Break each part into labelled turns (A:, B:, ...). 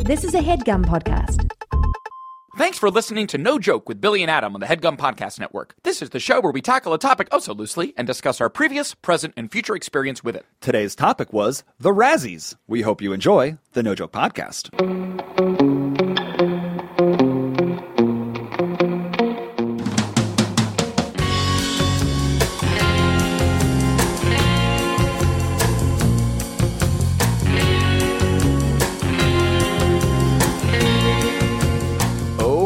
A: This is a headgum podcast.
B: Thanks for listening to No Joke with Billy and Adam on the HeadGum Podcast Network. This is the show where we tackle a topic oh so loosely and discuss our previous, present, and future experience with it.
C: Today's topic was the Razzies. We hope you enjoy the No Joke Podcast.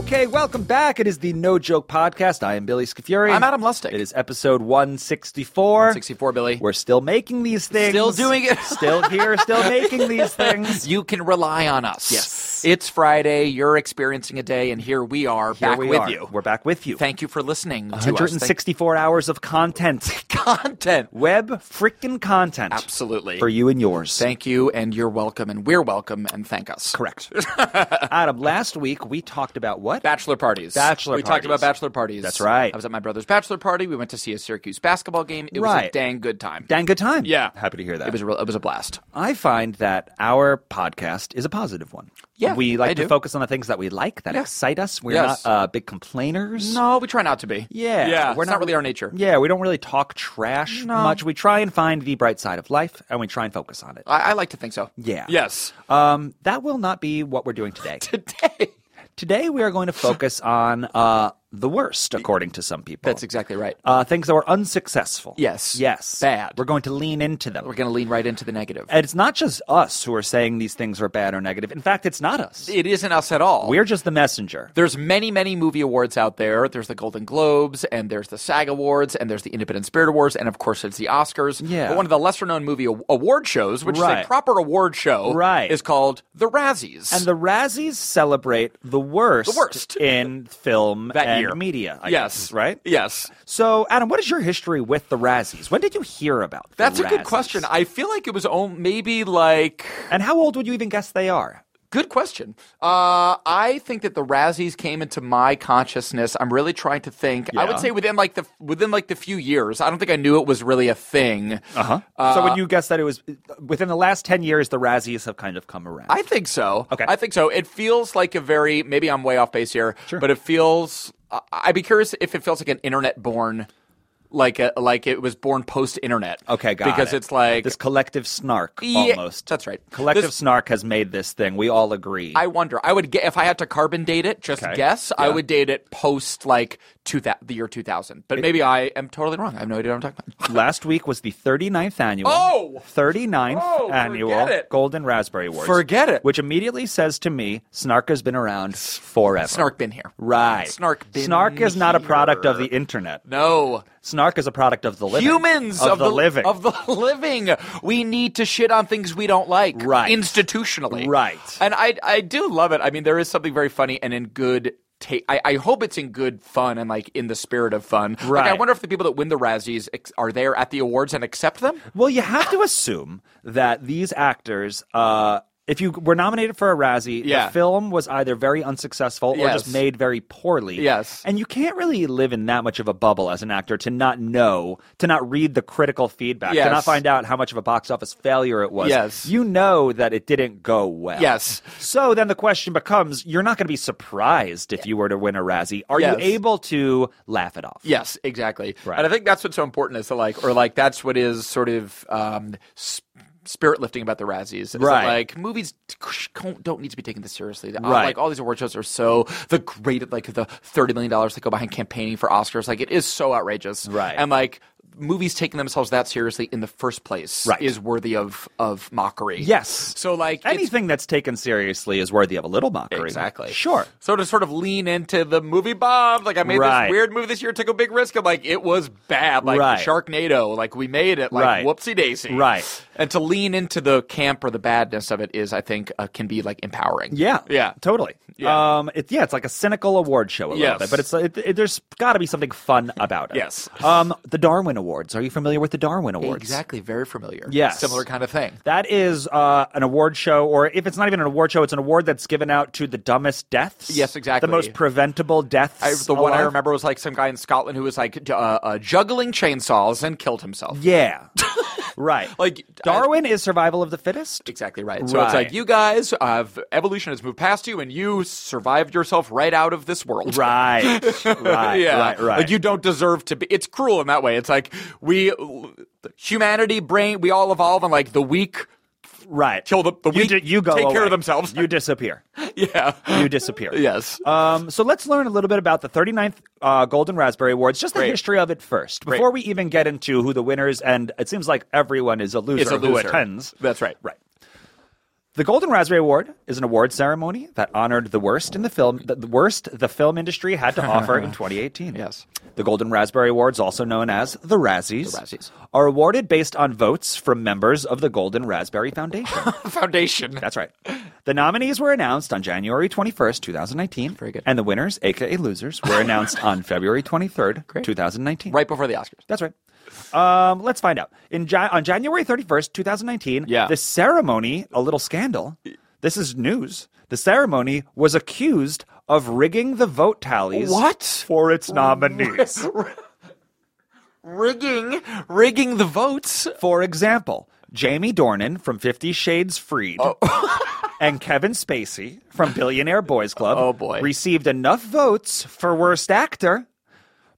C: Okay, welcome back. It is the No Joke Podcast. I am Billy Scafuri.
B: I'm Adam Lustig.
C: It is episode 164.
B: 164, Billy.
C: We're still making these things.
B: Still doing it.
C: still here, still making these things.
B: You can rely on us.
C: Yes.
B: It's Friday, you're experiencing a day, and here we are
C: Here
B: back
C: we
B: with
C: are.
B: you.
C: We're back with you.
B: Thank you for listening to us. Thank-
C: 164 hours of content.
B: content.
C: Web freaking content.
B: Absolutely.
C: For you and yours.
B: Thank you, and you're welcome, and we're welcome, and thank us.
C: Correct. Adam, last week we talked about what?
B: Bachelor parties.
C: Bachelor
B: We talked
C: parties.
B: about bachelor parties.
C: That's right.
B: I was at my brother's bachelor party. We went to see a Syracuse basketball game. It was a
C: Right.
B: dang good time.
C: Dang good time.
B: Yeah.
C: Happy to hear that.
B: It was a real, it was a blast.
C: I find that our podcast is a positive one.
B: Yeah,
C: we like
B: I
C: to
B: do.
C: focus on the things that we like that
B: Yeah.
C: excite us. We're
B: Yes.
C: not uh, big complainers.
B: No, we try not to be.
C: Yeah,
B: yeah.
C: we're
B: it's not really our nature.
C: Yeah, we don't really talk trash much. We try and find the bright side of life, and we try and focus on it.
B: I, I like to think so.
C: Yeah.
B: Yes.
C: Um, that will not be what we're doing today.
B: Today.
C: today, we are going to focus on uh, the worst, according to some people.
B: That's exactly right.
C: uh, things that were unsuccessful.
B: Yes.
C: yes,
B: Bad.
C: We're going to lean into them.
B: We're going to lean right into the negative.
C: and it's not just us who are saying these things are bad or negative. In fact, it's not us.
B: It isn't us at all.
C: We're just the messenger.
B: There's many, many movie awards out there. There's the Golden Globes, and there's the SAG Awards, and there's the Independent Spirit Awards, and of course, there's the Oscars.
C: Yeah.
B: But one of the lesser known movie aw- award shows, which is
C: Right.
B: a proper award show,
C: Right.
B: is called The Razzies.
C: And the Razzies celebrate the worst,
B: The worst.
C: in film
B: That
C: and
B: year.
C: media. I
B: yes.
C: guess, right.
B: Yes.
C: So, Adam, what is your history with the Razzies? When did you hear about? the
B: That's a good
C: Razzies?
B: question. I feel like it was on maybe like.
C: And how old would you even guess they are?
B: Good question. Uh, I think that the Razzies came into my consciousness. I'm really trying to think. I
C: Yeah.
B: would say within like the within like the few years. I don't think I knew it was really a thing.
C: Uh-huh. so,
B: Uh,
C: would you guess that it was within the last ten years the Razzies have kind of come around?
B: I think so.
C: Okay.
B: I think so. It feels like a very maybe I'm way off base here, but it feels. I- I'd be curious if it feels like an internet born, like a like it was born post internet.
C: okay, got
B: because
C: it.
B: it's like
C: this collective snark
B: Yeah,
C: almost.
B: that's right.
C: Collective
B: This-
C: snark has made this thing. We all agree.
B: I wonder. I would get if I had to carbon date it. Just
C: Okay.
B: guess. I
C: Yeah.
B: would date it post like two thou- the year two thousand. But maybe I am totally wrong. I have no idea what I'm talking about.
C: Last week was the 39th annual.
B: Oh!
C: 39th
B: Oh, forget
C: annual
B: it.
C: Golden Raspberry Awards.
B: Forget it.
C: Which immediately says to me, Snark has been around forever.
B: Snark been here.
C: Right.
B: Snark been
C: Snark is not a product of the
B: here.
C: internet.
B: No.
C: Snark is a product of the living.
B: Humans
C: of, the, living.
B: of the living. We need to shit on things we don't like,
C: Right.
B: Institutionally,
C: Right.
B: And I, I do love it. I mean, there is something very funny and in good. ta I, I hope it's in good fun and like in the spirit of fun. Like, I
C: Right.
B: wonder if the people that win the Razzies ex- are there at the awards and accept them.
C: well, you have to assume that these actors. Uh, if you were nominated for a Razzie,
B: Yeah.
C: the film was either very unsuccessful or
B: Yes.
C: just made very poorly.
B: Yes.
C: And you can't really live in that much of a bubble as an actor to not know, to not read the critical feedback,
B: Yes.
C: to not find out how much of a box office failure it was.
B: Yes.
C: You know that it didn't go well.
B: Yes.
C: So then the question becomes you're not going to be surprised if you were to win a Razzie. Are
B: Yes.
C: you able to laugh it off?
B: Yes, exactly.
C: Right.
B: And I think that's what's so important is to like, or like that's what is sort of um, sp- spirit lifting about the Razzies. Is that,
C: Right.
B: like movies don't, don't need to be taken this seriously. The- uh,
C: Right.
B: Like all these award shows are so the great, like the thirty million dollars that go behind campaigning for Oscars. Like it is so outrageous.
C: Right.
B: And like movies taking themselves that seriously in the first place
C: Right.
B: is worthy of of mockery.
C: Yes.
B: So like it's-
C: Anything that's taken seriously is worthy of a little mockery.
B: Exactly.
C: Sure.
B: So to sort of lean into the movie Bob, like I made this
C: Right.
B: weird movie this year, took a big risk. I'm like, it was bad, like
C: Right.
B: Sharknado, like we made it, like
C: Right.
B: whoopsie daisy,
C: Right.
B: And to lean into the camp or the badness of it is, I think, uh, can be like empowering.
C: Yeah.
B: yeah,
C: Totally.
B: Yeah.
C: Um. It, yeah. It's like a cynical award show a
B: Yes.
C: little bit, but it's it, it, there's got to be something fun about it.
B: Yes.
C: Um. The Darwin Awards. Are you familiar with the Darwin Awards?
B: Exactly, very familiar.
C: Yes.
B: Similar kind of thing.
C: That is uh, an award show, or if it's not even an award show, it's an award that's given out to the dumbest deaths.
B: Yes, exactly.
C: The most preventable deaths.
B: I, the one I
C: alive.
B: remember was like some guy in Scotland who was like uh, uh, juggling chainsaws and killed himself.
C: Yeah. right.
B: Like
C: Darwin is survival of the fittest.
B: Exactly right. So it's
C: Right.
B: like you guys, uh, evolution has moved past you, and you survived yourself right out of this world.
C: Right. Right.
B: yeah.
C: Right. Right.
B: Like you don't deserve to be. It's cruel in that way. It's like we, humanity, brain, we all evolve, and like the weak,
C: right.
B: kill the- the
C: you,
B: weak,
C: di- you go
B: take care
C: away.
B: of themselves.
C: You disappear.
B: yeah,
C: You disappear.
B: yes.
C: Um, so let's learn a little bit about the 39th uh, Golden Raspberry Awards, just the
B: Great.
C: history of it first,
B: Great.
C: before we even get into who the winners and it seems like everyone is a loser,
B: It's a
C: who
B: loser.
C: attends.
B: That's right.
C: Right. The Golden Raspberry Award is an award ceremony that honored the worst in the film, the, the worst the film industry had to offer in 2018.
B: Yes.
C: The Golden Raspberry Awards, also known as the Razzies,
B: The Razzies.
C: are awarded based on votes from members of the Golden Raspberry Foundation.
B: Foundation.
C: That's right. The nominees were announced on January 21st, 2019.
B: Very good.
C: And the winners, aka losers, were announced on February 23rd,
B: Great.
C: 2019.
B: right before the Oscars.
C: That's right. Um, let's find out. In ja- on January 31st, 2019,
B: Yeah.
C: the ceremony, a little scandal. This is news. The ceremony was accused of rigging the vote tallies
B: What?
C: for its nominees.
B: Rigging, rigging the votes.
C: for example, Jamie Dornan from 50 Shades Freed and Kevin Spacey from Billionaire Boys Club
B: Oh, boy.
C: received enough votes for worst actor,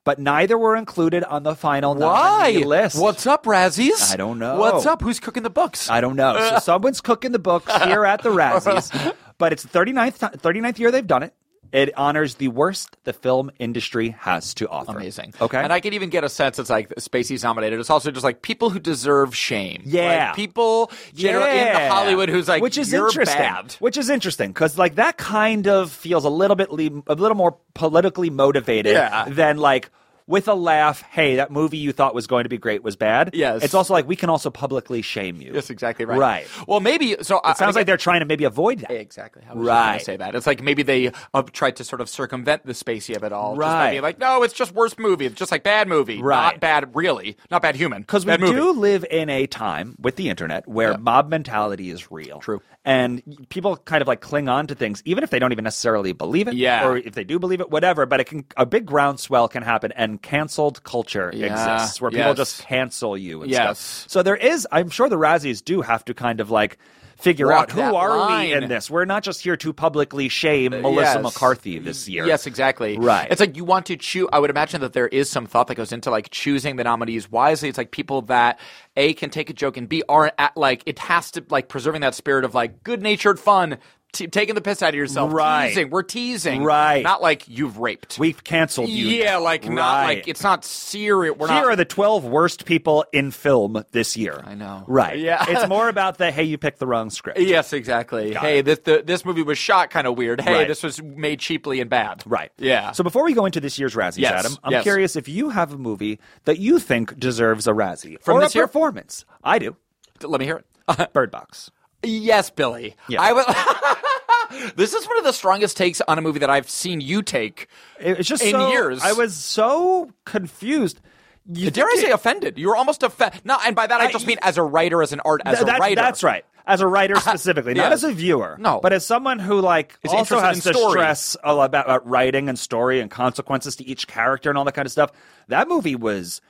C: but neither were included on the final
B: Why?
C: nominee list.
B: What's up, Razzies?
C: I don't know.
B: What's up? Who's cooking the books?
C: I don't know. So someone's cooking the books here at the Razzies, but it's the 39th, ti- 39th year they've done it. It honors the worst the film industry has to offer.
B: Amazing.
C: Okay.
B: And I can even get a sense it's like Spacey's nominated. It's also just like people who deserve shame.
C: Yeah.
B: Like, people generally in the
C: Yeah.
B: Hollywood who's like,
C: which is
B: You're
C: interesting.
B: bad.
C: Which is interesting because like that kind of feels a little bit le- a little more politically motivated
B: Yeah.
C: than like with a laugh. Hey, that movie you thought was going to be great was bad.
B: Yes.
C: it's also like we can also publicly shame you.
B: That's exactly right.
C: Right.
B: Well, maybe. So
C: It sounds like they're trying to maybe avoid that.
B: Exactly. I was right.
C: Right.
B: to say that. It's like maybe they uh, tried to sort of circumvent the spacey of it all. Just by
C: Right.
B: being like, no, it's just worst movie. It's just like bad movie. Not
C: Right.
B: bad, really. Not bad human.
C: Because we
B: Bad movie.
C: do live in a time with the internet where mob mentality is real.
B: True.
C: And people kind of like cling on to things, even if they don't even necessarily believe it.
B: Yeah.
C: Or if they do believe it, whatever. But it can a big groundswell can happen and canceled culture
B: Yeah.
C: exists where people
B: Yes.
C: just cancel you and
B: Yes.
C: stuff. So there is I'm sure the Razzies do have to kind of like figure
B: Walk
C: out who
B: that
C: are
B: line.
C: we in this. We're not just here to publicly shame Melissa
B: yes.
C: McCarthy this year.
B: Yes, exactly.
C: Right.
B: It's like you want to choose. I would imagine that there is some thought that goes into like choosing the nominees wisely. It's like people that a can take a joke and b aren't at like it has to like preserving that spirit of like good natured fun, t- taking the piss out of yourself.
C: Right.
B: Teasing. We're teasing.
C: Right.
B: Not like you've raped.
C: We've canceled you.
B: yeah, like not
C: Right.
B: like it's not serious. We're
C: Here
B: not.
C: are the 12 worst people in film this year. I
B: know.
C: Right.
B: Yeah.
C: it's more about the, hey, you picked the wrong script.
B: Yes, exactly.
C: Got
B: hey,
C: it.
B: this the, this movie was shot kind of weird. Hey,
C: Right.
B: this was made cheaply and bad.
C: Right.
B: Yeah.
C: So before we go into this year's Razzies,
B: Yes.
C: Adam, I'm
B: Yes.
C: curious if you have a movie that you think deserves a Razzie
B: From
C: or
B: this
C: a
B: year?
C: performance. I do.
B: let me hear it.
C: Bird Box.
B: Yes, Billy.
C: Yeah.
B: I was. this is one of the strongest takes on a movie that I've seen you take.
C: It- It's just
B: In
C: so-
B: years.
C: I was so confused. You
B: Dare I
C: think
B: say
C: it-
B: offended? You were almost offended. No, and by that I
C: I-
B: just mean as a writer, as an art, as
C: Th-
B: a
C: that-
B: writer.
C: That's right. As a writer specifically, not
B: yeah.
C: as a viewer.
B: No.
C: But as someone who like
B: Is
C: also
B: interested
C: has
B: in
C: to
B: story.
C: stress a lot about, about writing and story and consequences to each character and all that kind of stuff. That movie was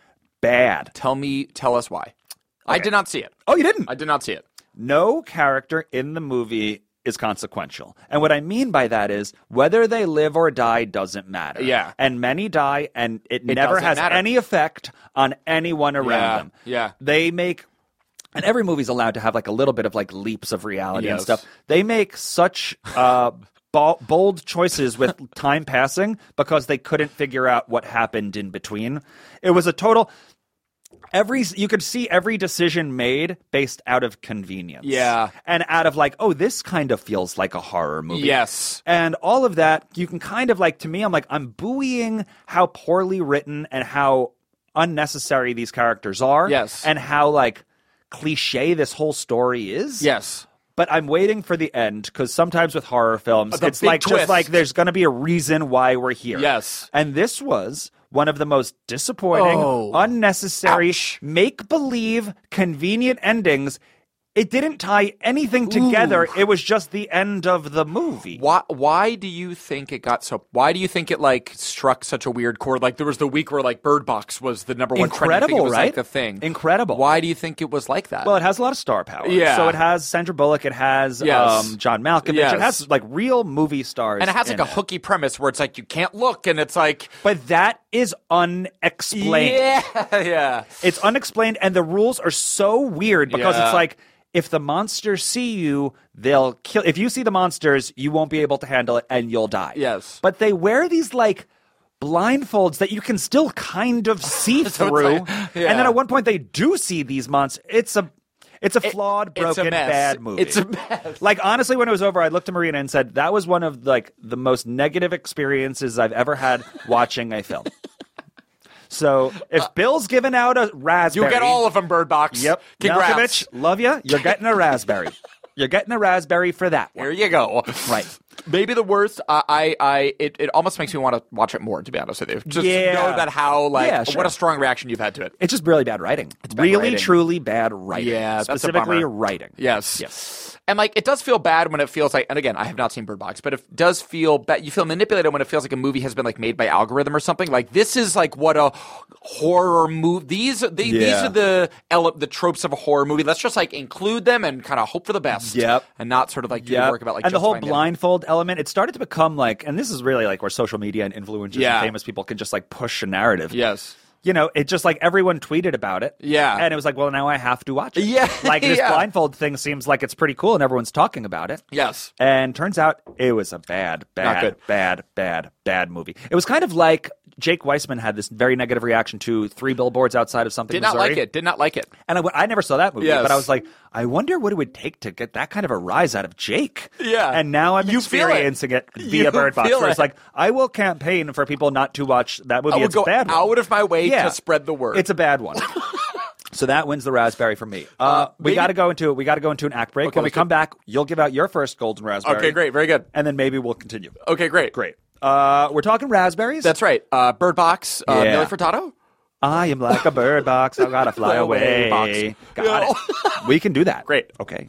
C: bad.
B: Tell me, tell us why. I did not see it.
C: Oh, you didn't?
B: I did not see it.
C: no character in the movie is consequential. And what I mean by that is whether they live or die doesn't matter.
B: Yeah.
C: And many die and it, never
B: doesn't
C: has
B: matter.
C: any effect on anyone around
B: Yeah,
C: them.
B: yeah.
C: They make and every movie's allowed to have like a little bit of like leaps of reality and
B: Yes.
C: stuff. They make such uh bol- bold choices with time passing because they couldn't figure out what happened in between. It was a total every you could see every decision made based out of convenience.
B: Yeah.
C: And out of like, oh, this kind of feels like a horror movie.
B: Yes.
C: And all of that, you can kind of like to me, I'm like, I'm buoying how poorly written and how unnecessary these characters are.
B: Yes.
C: And how like cliche this whole story is.
B: Yes.
C: But I'm waiting for the end because sometimes with horror films,
B: Uh, The
C: it's
B: big
C: like
B: twist.
C: just like there's going to be a reason why we're here.
B: Yes.
C: And this was one of the most disappointing,
B: Oh.
C: unnecessary,
B: Ouch.
C: make believe, convenient endings. It didn't tie anything together. It was just the end of the movie.
B: Why? Why do you think it got so? Why do you think it like struck such a weird chord? Like there was the week where like Bird Box was the number one trending thing. It
C: Incredible,
B: was,
C: right?
B: Like the thing.
C: Incredible.
B: Why do you think it was like that?
C: Well, it has a lot of star power.
B: Yeah.
C: So it has Sandra Bullock. It has
B: Yes.
C: um, John Malkovich. It
B: Yes.
C: has like real movie stars.
B: and it has
C: in
B: like a hooky premise where it's like you can't look, and it's like
C: But that is unexplained.
B: yeah, yeah.
C: It's unexplained, and the rules are so weird because
B: Yeah.
C: it's like if the monsters see you, they'll kill. If you see the monsters, you won't be able to handle it, and you'll die.
B: Yes.
C: But they wear these like blindfolds that you can still kind of see
B: it's
C: through,
B: like-
C: and
B: yeah.
C: then at one point they do see these monsters. It's a it's a flawed,
B: it's a
C: broken,
B: mess.
C: bad movie.
B: It's a mess.
C: Like honestly, when it was over, I looked at Marina and said, "That was one of like the most negative experiences I've ever had watching a film." So if Bill's giving out a
B: Uh, You
C: raspberry,
B: get all of them, Bird Box.
C: Yep,
B: Congrats.
C: Malkovich, love you. You're getting a raspberry. You're getting a raspberry for that one.
B: Here you go.
C: Right.
B: Maybe the worst. I, I, I it, it almost makes me want to watch it more. To be honest with you, just
C: Yeah.
B: know that how like
C: Yeah, sure.
B: what a strong reaction you've had to it.
C: It's just really bad writing.
B: bad
C: really,
B: writing.
C: truly bad writing.
B: Yeah, that's a
C: specifically
B: bummer.
C: writing.
B: Yes.
C: Yes.
B: And like it does feel bad when it feels like and again, I have not seen Bird Box, but it does feel bad you feel manipulated when it feels like a movie has been like made by algorithm or something. Like this is like what a horror movie these are the, these
C: Yeah.
B: are the ele- the tropes of a horror movie. Let's just like include them and kind of hope for the best.
C: Yep.
B: And not sort of like do the
C: Yeah,
B: work about like
C: and the whole
B: justifying
C: blindfold element, it started to become like, and this is really like where social media and influencers
B: Yeah.
C: and famous people can just like push a narrative.
B: Yes.
C: you know, it just like everyone tweeted about it.
B: Yeah.
C: And it was like, well, now I have to watch it.
B: Yeah.
C: Like this
B: Yeah.
C: blindfold thing seems like it's pretty cool and everyone's talking about it.
B: Yes.
C: And turns out it was a bad, bad,
B: good.
C: bad, bad, bad movie. It was kind of like Jake Weissman had this very negative reaction to Three Billboards Outside of Something.
B: Did not
C: Missouri.
B: like it. Did not like it.
C: And I, went- I never saw that movie,
B: Yes.
C: but I was like, I wonder what it would take to get that kind of a rise out of Jake.
B: Yeah.
C: And now I'm
B: You feel it.
C: experiencing it. via
B: You
C: Bird Box,
B: feel
C: where it's
B: it.
C: like, I will campaign for people not to watch that movie.
B: I would
C: it's a
B: go
C: bad one.
B: out of my way to spread the word.
C: It's a bad one. so that wins the raspberry for me. Uh, we
B: maybe-
C: got to go into we got to go into an act break.
B: Okay,
C: when we
B: we
C: come
B: could-
C: back, you'll give out your first golden raspberry.
B: Okay, great. Very good.
C: And then maybe we'll continue.
B: Okay, great.
C: Great. Uh, we're talking raspberries.
B: That's right. Uh, Bird Box, uh,
C: Yeah.
B: Millie Furtado.
C: I am like a bird box. I gotta fly
B: Fly away,
C: away.
B: box.
C: Got
B: No.
C: it. We can do that.
B: Great.
C: Okay.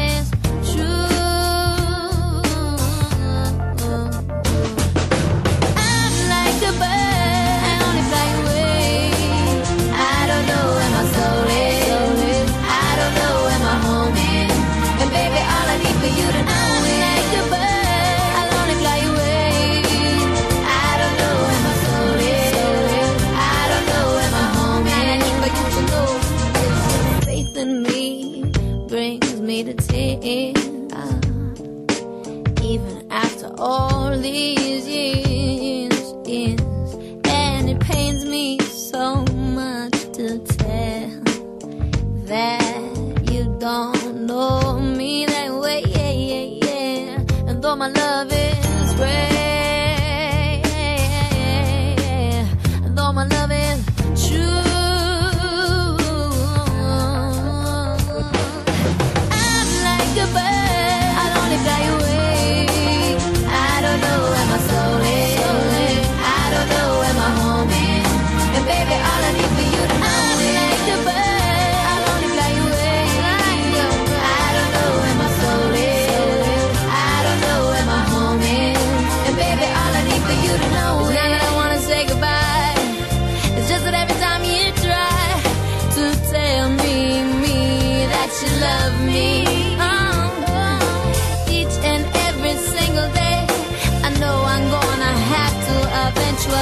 D: is true, I'm like a bird, I only fly away. I don't know where my soul is, I don't know where my home is. And baby, all I need for you to know is, I'm like a bird, I only fly away. I don't know where my soul is, I don't know where my home is. But you should know that your faith in me brings me to tears. Even after all these years, years, and it pains me so much to tell that you don't know me that way, yeah, yeah, yeah. And though my love is rare, and though my love is true. I'm like a bird, I'll only fly away. I don't know where my soul is, I don't know where my home is. And baby, all I need for you to know is, I'm like a bird, I'll only fly away. I don't know where my soul is, I don't know where my home Oh,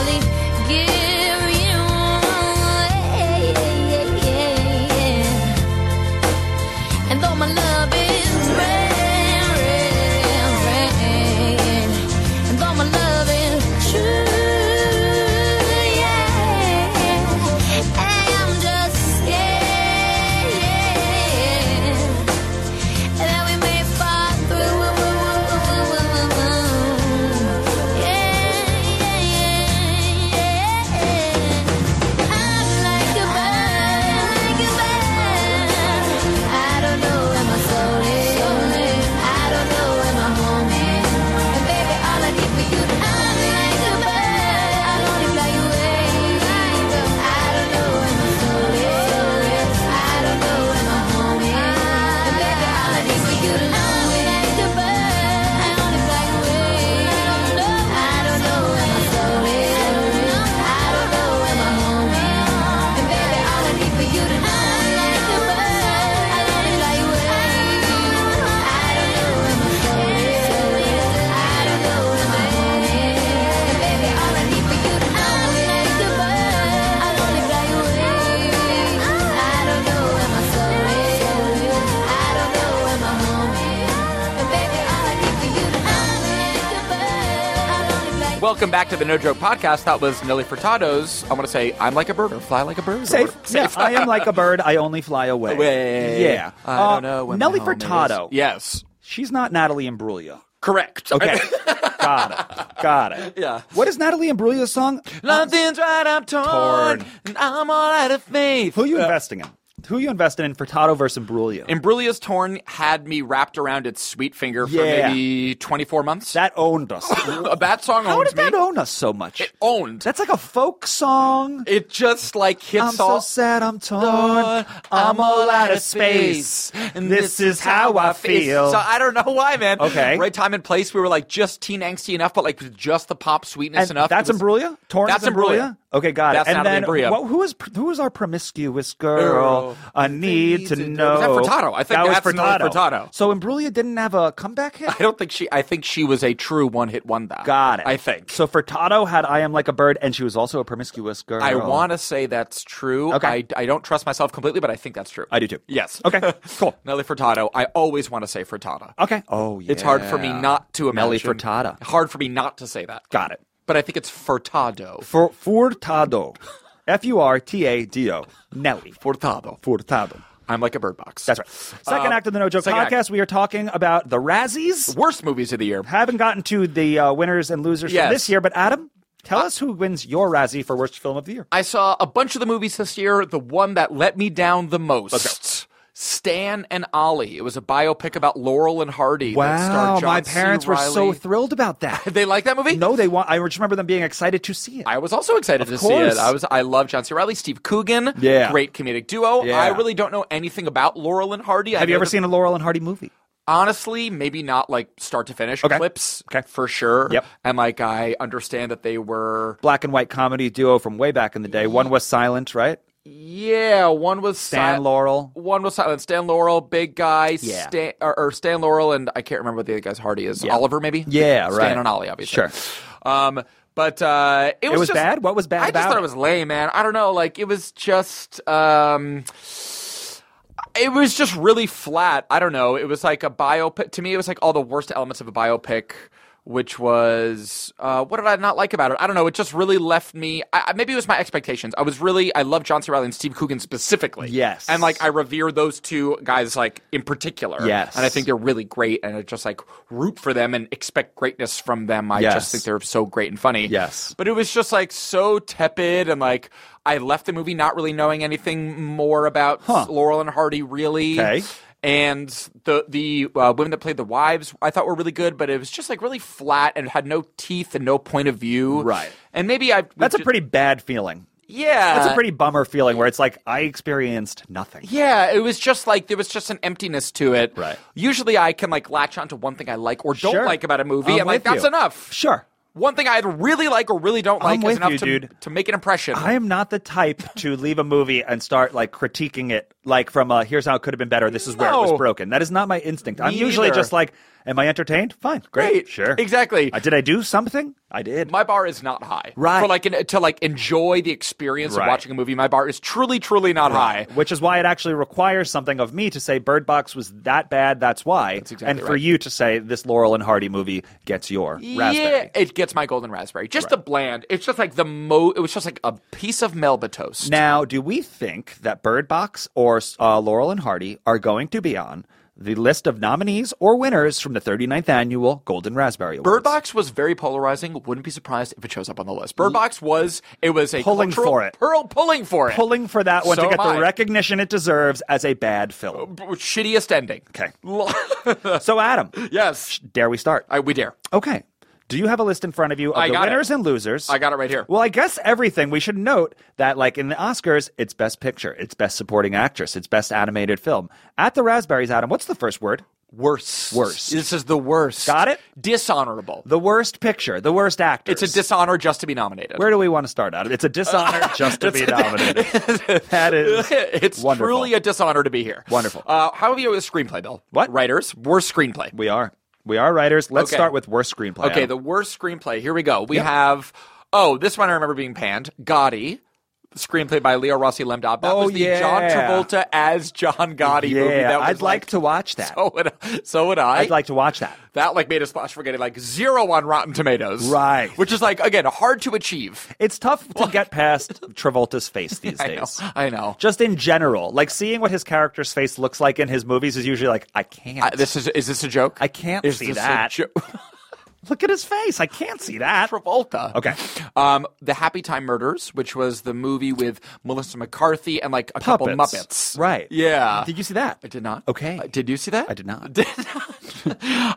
B: Welcome back to the No Joke Podcast. That was Nelly Furtado's. I want to say, I'm like a bird or fly like a bird. or
C: Safe.
B: whatever.
C: Safe. I am like a bird. I only fly away.
B: Way.
C: Yeah.
B: I
C: Uh,
B: don't know. when
C: Nelly
B: my home
C: Furtado.
B: is. Yes.
C: She's not Natalie Imbruglia.
B: Correct.
C: Okay. Got it. Got it.
B: Yeah.
C: What is Natalie Imbruglia's song?
B: Nothing's right, I'm torn,
C: Torn.
B: and I'm all out of faith.
C: Who are you investing in? Who are you investing in? Furtado versus Imbruglia.
B: Imbruglia's Torn had me wrapped around its sweet finger for
C: Yeah.
B: maybe 24 months.
C: that owned us.
B: Uh, that song
C: How
B: owns
C: does that
B: me.
C: own us so much?
B: It owned.
C: That's like a folk song.
B: it just like hits
C: I'm so
B: all.
C: sad, I'm torn. I'm all out of space. And this is how I feel.
B: So I don't know why, man.
C: Okay.
B: Right time and place. We were like just teen angsty enough, but like with just the pop sweetness
C: And
B: enough.
C: that's
B: It was-
C: Imbruglia? Torn
B: That's
C: is
B: Imbruglia.
C: Okay, got
B: That's
C: it. And
B: Natalie
C: then
B: Imbruglia.
C: what, who is who is our promiscuous girl?
B: Girl.
C: I need to know.
B: Was that Furtado? I think
C: that
B: that's
C: was
B: Nelly
C: Furtado.
B: Furtado.
C: So Imbruglia didn't have a comeback hit?
B: I don't think she. I think she was a true one hit wonder.
C: Got it.
B: I think.
C: So Furtado had I Am Like a Bird, and she was also a promiscuous girl.
B: I want to say that's true.
C: Oh. Okay.
B: I, I don't trust myself completely, but I think that's true.
C: I do too.
B: Yes.
C: Okay, cool.
B: Nelly Furtado. I always want to say Furtado.
C: Okay. Oh, yeah.
B: It's hard for me not to imagine.
C: Nelly Furtado.
B: Hard for me not to say that.
C: Got it.
B: But I think it's Furtado.
C: For Furtado. F U R T A D O. Nelly.
B: Furtado.
C: Furtado.
B: I'm like a bird box.
C: That's right. Second
B: Uh,
C: act of the No Joke
B: second
C: podcast,
B: act.
C: we are talking about the Razzies.
B: Worst movies of the year.
C: Haven't gotten to the uh, winners and losers
B: Yes.
C: from this year, but Adam, tell us who wins your Razzie for worst film of the year.
B: I saw a bunch of the movies this year. The one that let me down the most. Stan and Ollie. It was a biopic about Laurel and Hardy. that starred John
C: my
B: C.
C: parents were so
B: Reilly.
C: thrilled about that.
B: Did they like that movie?
C: no, they want. I just remember them being excited to see it.
B: I was also excited to
C: course.
B: see it. I was I love John C. Riley, Steve Coogan,
C: Yeah.
B: great comedic duo.
C: Yeah.
B: I really don't know anything about Laurel and Hardy. I
C: Have you
B: know
C: ever
B: that-
C: seen a Laurel and Hardy movie?
B: honestly, maybe not like start to finish
C: Okay.
B: clips
C: Okay.
B: for sure.
C: Yep.
B: And like I understand that they were
C: Black and white comedy duo from way back in the day. One was silent, right?
B: yeah, one was
C: Stan
B: Sil-
C: Laurel.
B: One was silent. Stan Laurel, big guy.
C: Yeah.
B: Stan, or, or Stan Laurel, and I can't remember what the other guy's Hardy is. Oliver, maybe.
C: Yeah,
B: Stan
C: right.
B: and Ollie, obviously.
C: Sure.
B: Um, but uh, it was,
C: was
B: just-
C: bad? What was
B: I
C: bad
B: just
C: about
B: thought
C: it?
B: it was lame, man. I don't know. Like it was just. Um, it was just really flat. I don't know. It was like a biopic. To me, it was like all the worst elements of a biopic, which was uh, what did I not like about it? I don't know. It just really left me. I, I- maybe it was my expectations. I was really I love John C. Riley and Steve Coogan specifically.
C: Yes.
B: and like I revere those two guys like in particular.
C: Yes.
B: and I think they're really great, and I just like root for them and expect greatness from them. I
C: Yes.
B: just think they're so great and funny.
C: Yes.
B: But it was just like so tepid and like I left the movie not really knowing anything more about
C: Huh.
B: Laurel and Hardy really.
C: Okay.
B: And the the uh, women that played the wives I thought were really good, but it was just like really flat and had no teeth and no point of view.
C: Right.
B: And maybe I
C: That's a
B: ju-
C: pretty bad feeling.
B: yeah.
C: That's a pretty bummer feeling where it's like I experienced nothing.
B: Yeah, it was just like there was just an emptiness to it.
C: Right.
B: Usually I can like latch onto one thing I like or don't
C: Sure.
B: like about a movie.
C: I'm
B: and like
C: with you.
B: that's enough.
C: Sure.
B: One thing I either really like or really don't like
C: with
B: is enough
C: you,
B: to,
C: dude.
B: to make an impression.
C: I am not the type to leave a movie and start like critiquing it like from uh here's how it could have been better, this is where it
B: No.
C: was broken. That is not my instinct. I'm
B: Me
C: usually
B: either.
C: just like, Am I entertained? Fine, great,
B: Great.
C: sure.
B: Exactly.
C: Uh, did I do something? I did.
B: my bar is not high.
C: Right.
B: For like an, to like enjoy the experience
C: Right.
B: of watching a movie, my bar is truly, truly not high.
C: which is why it actually requires something of me to say Bird Box was that bad, that's why. That's
B: exactly
C: and for
B: right.
C: you to say this Laurel and Hardy movie gets your raspberry.
B: Yeah, it gets my golden raspberry. Just the bland. It's just like the mo. It was just like a piece of Melba toast.
C: Now, do we think that Bird Box or uh, Laurel and Hardy are going to be on the list of nominees or winners from the 39th annual Golden Raspberry Awards?
B: Bird Box was very polarizing. Wouldn't be surprised if it shows up on the list. Bird Box was it was a
C: Pulling
B: cultural-
C: for it.
B: Pearl pulling for it.
C: pulling for that one
B: So
C: to get
B: am
C: the
B: I.
C: recognition it deserves as a bad film.
B: Shittiest ending.
C: Okay. so, Adam,
B: yes.
C: dare we start?
B: I, we dare.
C: okay. Do you have a list in front of you of
B: I
C: the
B: got it.
C: winners and losers?
B: I got it right here.
C: Well, I guess everything. We should note that, like in the Oscars, it's Best Picture, it's Best Supporting Actress, it's Best Animated Film. At the Raspberries, Adam, what's the first word?
B: Worse.
C: Worst.
B: This is the worst.
C: Got it?
B: Dishonorable.
C: The worst picture, the worst actor.
B: It's a dishonor just to be nominated.
C: Where do we want to start out? It's a dishonor just to be nominated. that is
B: it's
C: wonderful.
B: truly a dishonor to be here.
C: Wonderful.
B: Uh, how have you with screenplay, Bill?
C: What?
B: writers? Worst screenplay.
C: we are we are writers. Let's
B: Okay.
C: start with worst screenplay.
B: Okay,
C: Adam.
B: the worst screenplay. Here we go. We have oh, this one I remember being panned. Gotti, screenplay by Leo Rossi Lemdab. That
C: Oh,
B: was the
C: yeah.
B: John Travolta as John Gotti movie.
C: Yeah,
B: That was
C: I'd like to watch that.
B: So would I. So would I.
C: I'd like to watch that.
B: that like made a splash for getting like zero on Rotten Tomatoes,
C: Right.
B: Which is like again hard to achieve.
C: It's tough to get past Travolta's face these days.
B: I know. I know.
C: Just in general, like seeing what his character's face looks like in his movies is usually like, I can't.
B: I- this is is this a joke?
C: I can't
B: is
C: see
B: this a
C: that.
B: jo-
C: Look at his face. I can't see that.
B: Travolta.
C: Okay.
B: Um, the Happy Time Murders, which was the movie with Melissa McCarthy and like a couple Muppets.
C: Right.
B: Yeah.
C: Did you see that?
B: I did not.
C: Okay.
B: Uh, did you see that?
C: I did not.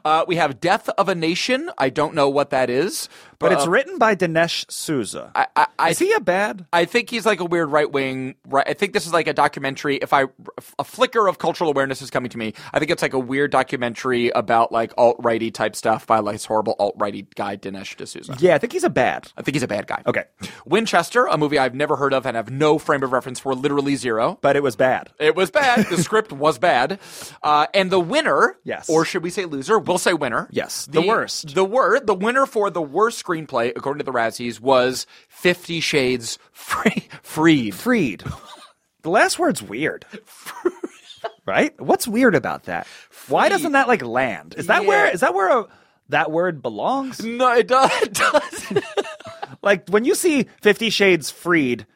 B: Uh, we have Death of a Nation. I don't know what that is,
C: But it's written by Dinesh Souza.
B: I, I, I,
C: is he a bad?
B: I think he's like a weird right wing. Right, I think this is like a documentary. If I a flicker of cultural awareness is coming to me, I think it's like a weird documentary about like alt righty type stuff by like this horrible alt righty guy Dinesh D'Souza.
C: Yeah, I think he's a bad.
B: I think he's a bad guy.
C: Okay.
B: Winchester, a movie I've never heard of and have no frame of reference for, literally zero.
C: But it was bad.
B: It was bad. The script was bad. Uh, and the winner,
C: Yes.
B: or should we say loser? We'll say winner.
C: Yes, the worst.
B: The word, the winner for the worst screenplay, according to the Razzies, was Fifty Shades Free, Freed.
C: Freed. the last word's weird. right? What's weird about that? Why
B: Freed.
C: doesn't that like land? Is that
B: Yeah.
C: where is that where a, that word belongs?
B: No, it does. It does.
C: Like when you see 50 shades freed,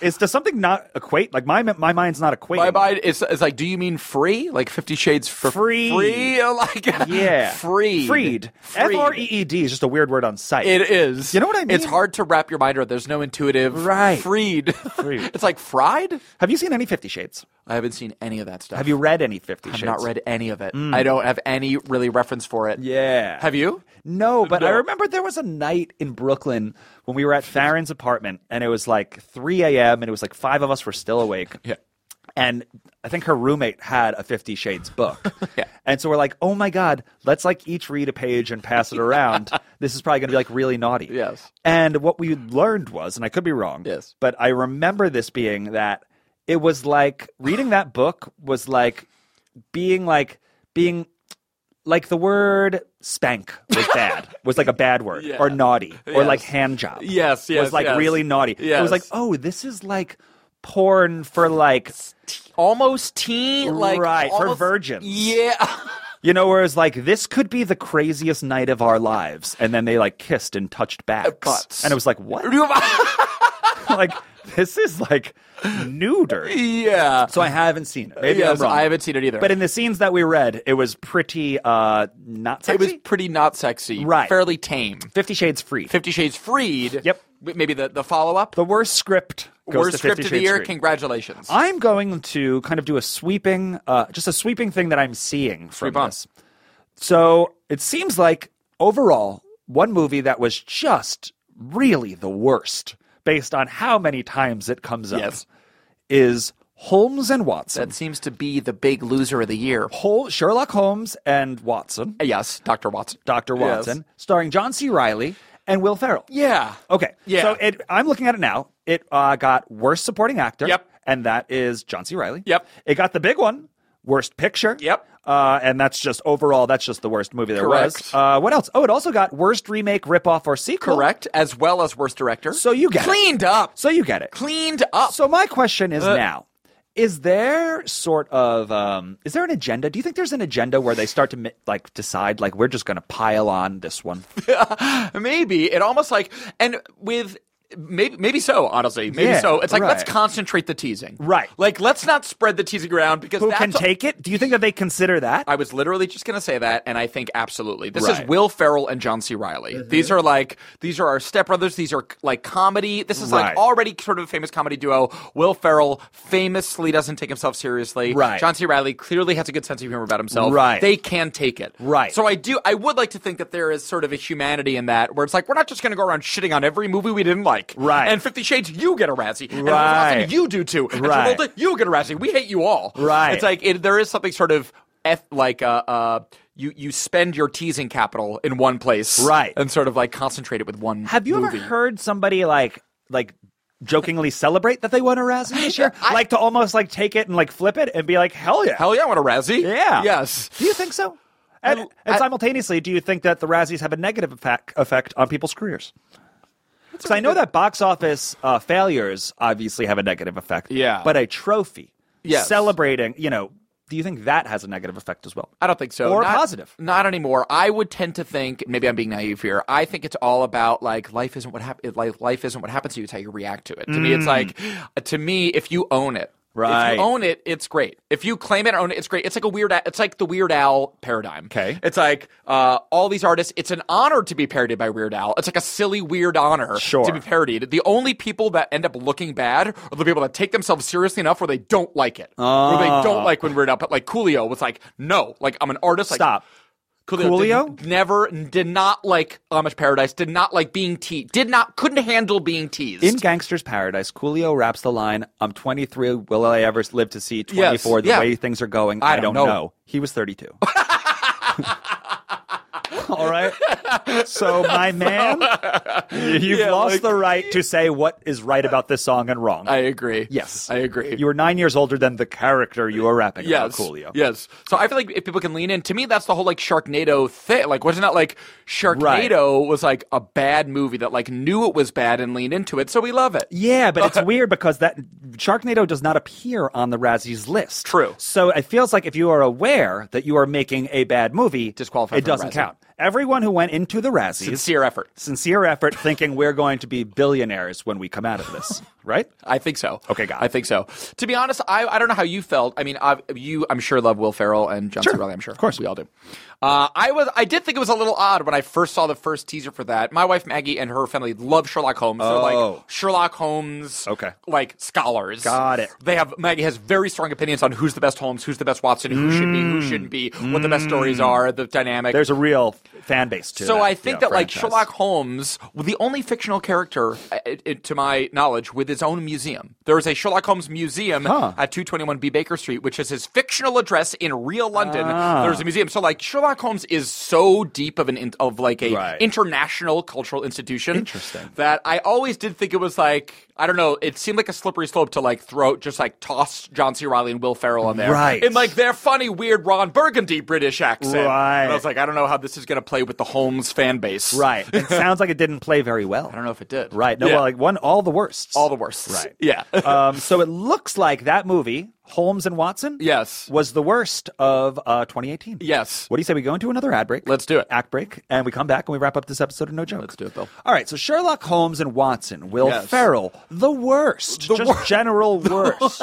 C: is does something not equate? Like my my mind's not equating.
B: Bye bye. It's, it's like, do you mean free? Like Fifty Shades for
C: Free.
B: Free, Oh, like
C: Yeah.
B: freed.
C: Freed. F R E E D is just a weird word on site.
B: It is.
C: You know what I mean?
B: It's hard to wrap your mind around. There's no intuitive.
C: Right.
B: Freed.
C: Freed.
B: it's like fried.
C: Have you seen any 50 shades?
B: I haven't seen any of that stuff.
C: Have you read any 50
B: I've
C: shades?
B: not read any of it. I don't have any really reference for it.
C: Mm. Yeah.
B: Have you?
C: No, but I
B: No.
C: remember there was a night in Brooklyn when we were at Farron's apartment, and it was like 3 a.m., and it was like five of us were still awake.
B: Yeah.
C: And I think her roommate had a Fifty Shades book.
B: Yeah.
C: And so we're like, oh my God, let's like each read a page and pass it around. This is probably going to be like really naughty.
B: Yes.
C: And what we learned was, and I could be wrong,
B: Yes.
C: but I remember this being that it was like reading that book was like being like, being like the word spank was bad was like a bad word
B: Yeah.
C: or naughty or like
B: Yes.
C: hand job
B: Yes, yes,
C: was like
B: yes.
C: really naughty it was
B: Yes.
C: like oh this is like porn for like
B: Almost teen, like
C: Right, for
B: almost-
C: virgins.
B: Yeah,
C: you know whereas like this could be the craziest night of our lives and then they like kissed and touched backs
B: Uh, butts.
C: and it was like what like this is like neuter
B: yeah.
C: so i haven't seen it maybe
B: Yes,
C: i'm wrong
B: I haven't seen it either.
C: but in the scenes that we read it was pretty uh not
B: it
C: sexy
B: was pretty not sexy.
C: Right.
B: fairly tame.
C: 50 shades free
B: Fifty Shades Freed.
C: Yep.
B: w- Maybe the the follow up.
C: the worst script goes
B: Worst
C: to
B: script
C: 50
B: of the
C: Shades
B: year.
C: Free.
B: Congratulations.
C: I'm going to kind of do a sweeping, uh, just a sweeping thing that I'm seeing from
B: Sweep on.
C: this. So it seems like overall, one movie that was just really the worst, based on how many times it comes up,
B: Yes.
C: is Holmes and Watson.
B: that seems to be the big loser of the year.
C: Hol- Sherlock Holmes and Watson,
B: Yes, Doctor Watson.
C: Doctor
B: Yes.
C: Watson, Oh, starring John C. Riley and Will Ferrell.
B: Yeah.
C: Okay.
B: Yeah.
C: So it, I'm looking at it now. It uh, got worst supporting actor.
B: Yep.
C: And that is John C. Riley.
B: Yep.
C: It got the big one, worst picture.
B: Yep.
C: Uh, and that's just overall, that's just the worst movie there was.
B: Correct.
C: Uh, what else? Oh, it also got worst remake, ripoff, or sequel.
B: Correct, as well as worst director.
C: So you get it.
B: cleaned up.
C: So you get it.
B: cleaned up.
C: So my question
B: Uh.
C: is now. Is there sort of um, is there an agenda? Do you think there's an agenda where they start to mi- like decide like we're just going to pile on this one?
B: maybe it almost like and with maybe maybe so honestly maybe
C: Yeah,
B: so it's like let's
C: right.
B: concentrate the teasing
C: Right.
B: like let's not spread the teasing around because
C: Who
B: that's
C: can take it? Do you think that they consider that?
B: I was literally just going to say that, and I think absolutely. This
C: Right. Mm-hmm.
B: is Will Ferrell and John C. Riley. These are like these are our stepbrothers. These are like comedy. This is
C: Right.
B: like already sort of a famous comedy duo. Will Ferrell famously doesn't take himself seriously.
C: Right.
B: John C. Riley clearly has a good sense of humor about himself.
C: Right.
B: They can take it.
C: Right.
B: So I do. I would like to think that there is sort of a humanity in that, where it's like we're not just going to go around shitting on every movie we didn't like.
C: Right.
B: And Fifty Shades, you get a Razzie. And
C: Right.
B: Watson, you do too. And
C: Right.
B: Travolta, you get a Razzie. We hate you all.
C: Right.
B: It's like like it, there is something sort of eth- like uh, uh, you you spend your teasing capital in one place,
C: Right.
B: and sort of like concentrate it with one.
C: Have you
B: movie.
C: ever heard somebody like like jokingly celebrate that they won a Razzie this year? like to almost like take it and like flip it and be like, hell yeah,
B: Hell yeah, I want a Razzie.
C: yeah,
B: yes.
C: Do you think so? And, and
B: I-
C: simultaneously, do you think that the Razzies have a negative effect, effect on people's careers? Because I know that box office uh, failures obviously have a negative effect.
B: Yeah.
C: But a trophy
B: Yes.
C: celebrating, you know, do you think that has a negative effect as well?
B: I don't think so.
C: Or
B: not,
C: positive.
B: Not anymore. I would tend to think maybe I'm being naive here. I think it's all about like life isn't what happens. Like life isn't what happens to you. It's how you react to it. To me, it's like uh, to me if you own it. If
C: Mm. Right.
B: you own it, it's great. If you claim it and own it, it's great. It's like a weird. It's like the Weird Al paradigm.
C: Okay.
B: It's like uh, all these artists. It's an honor to be parodied by Weird Al. It's like a silly weird honor
C: Sure.
B: to be parodied. The only people that end up looking bad are the people that take themselves seriously enough where they don't like it. Where
C: Ah.
B: they don't like when Weird Al. But like Coolio was like, no, like I'm an artist. Like,
C: Stop. Coolio?
B: did- never did not like Amish Paradise. Did not like being teased. Did not couldn't handle being teased.
C: In Gangster's Paradise, Coolio raps the line, I'm 23, will I ever live to see 24? the
B: yeah.
C: way things are going, I,
B: I
C: don't
B: don't
C: know.
B: know."
C: He was 32. All right. So, my man, you've
B: Yeah,
C: lost
B: like-
C: the right to say what is right about this song and wrong.
B: I agree.
C: yes.
B: I agree.
C: You were nine years older than the character you were rapping
B: Yes.
C: about, Coolio.
B: Yes. So I feel like if people can lean in, to me, that's the whole like Sharknado thing. Like, wasn't that like Sharknado was like a bad movie that like knew it was bad and leaned into it, so we love it.
C: Yeah, but it's weird because that Sharknado does not appear on the Razzies list.
B: True.
C: So it feels like if you are aware that you are making a bad movie,
B: Disqualified
C: It
B: from the
C: doesn't
B: Razzie.
C: count. Everyone who went into the Razzies,
B: Sincere effort.
C: sincere effort, thinking we're going to be billionaires when we come out of this, right?
B: I think so.
C: Okay, got it.
B: I think so. To be honest, I, I don't know how you felt. I mean, i you I'm sure love Will Ferrell and John C. Reilly. I'm sure, of course, we all do. Uh, I was I did think it was a little odd when I first saw the first teaser for that. My wife Maggie and her family love Sherlock Holmes. They're
C: Oh.
B: like Sherlock Holmes,
C: Okay.
B: like scholars.
C: Got it.
B: They have Maggie has very strong opinions on who's the best Holmes, who's the best Watson, who should be, who shouldn't be, what the best stories are, the dynamic.
C: Mm. There's a real fan base too.
B: So I think that like Sherlock Holmes, well, the only fictional character, uh, uh, to my knowledge, with his own museum. There is a Sherlock Holmes museum at 221B Baker Street, which is his fictional address in real London.
C: Ah.
B: There's a museum. So like Sherlock Holmes is so deep of an in- of like a
C: Right.
B: international cultural institution.
C: Interesting.
B: That I always did think it was like I don't know. It seemed like a slippery slope to like throw just like toss John C. Riley and Will Ferrell in there,
C: Right.
B: In like their funny, weird Ron Burgundy British accent. And
C: Right.
B: I was like, I don't know how this is going to play with the Holmes fan base.
C: Right. It sounds like it didn't play very well.
B: I don't know if it did.
C: Right. No,
B: Yeah.
C: well, like one all the worst.
B: all the worst.
C: Right.
B: Yeah.
C: um, so it looks like that movie, Holmes and Watson,
B: Yes.
C: was the worst of uh, 2018.
B: Yes.
C: What do you say we go into another ad break?
B: Let's do it.
C: Act break, and we come back and we wrap up this episode of No Joke.
B: Let's do it, Bill.
C: All right. So Sherlock Holmes and Watson, Will
B: Yes.
C: Ferrell, the worst,
B: The
C: just
B: wor-
C: general worst.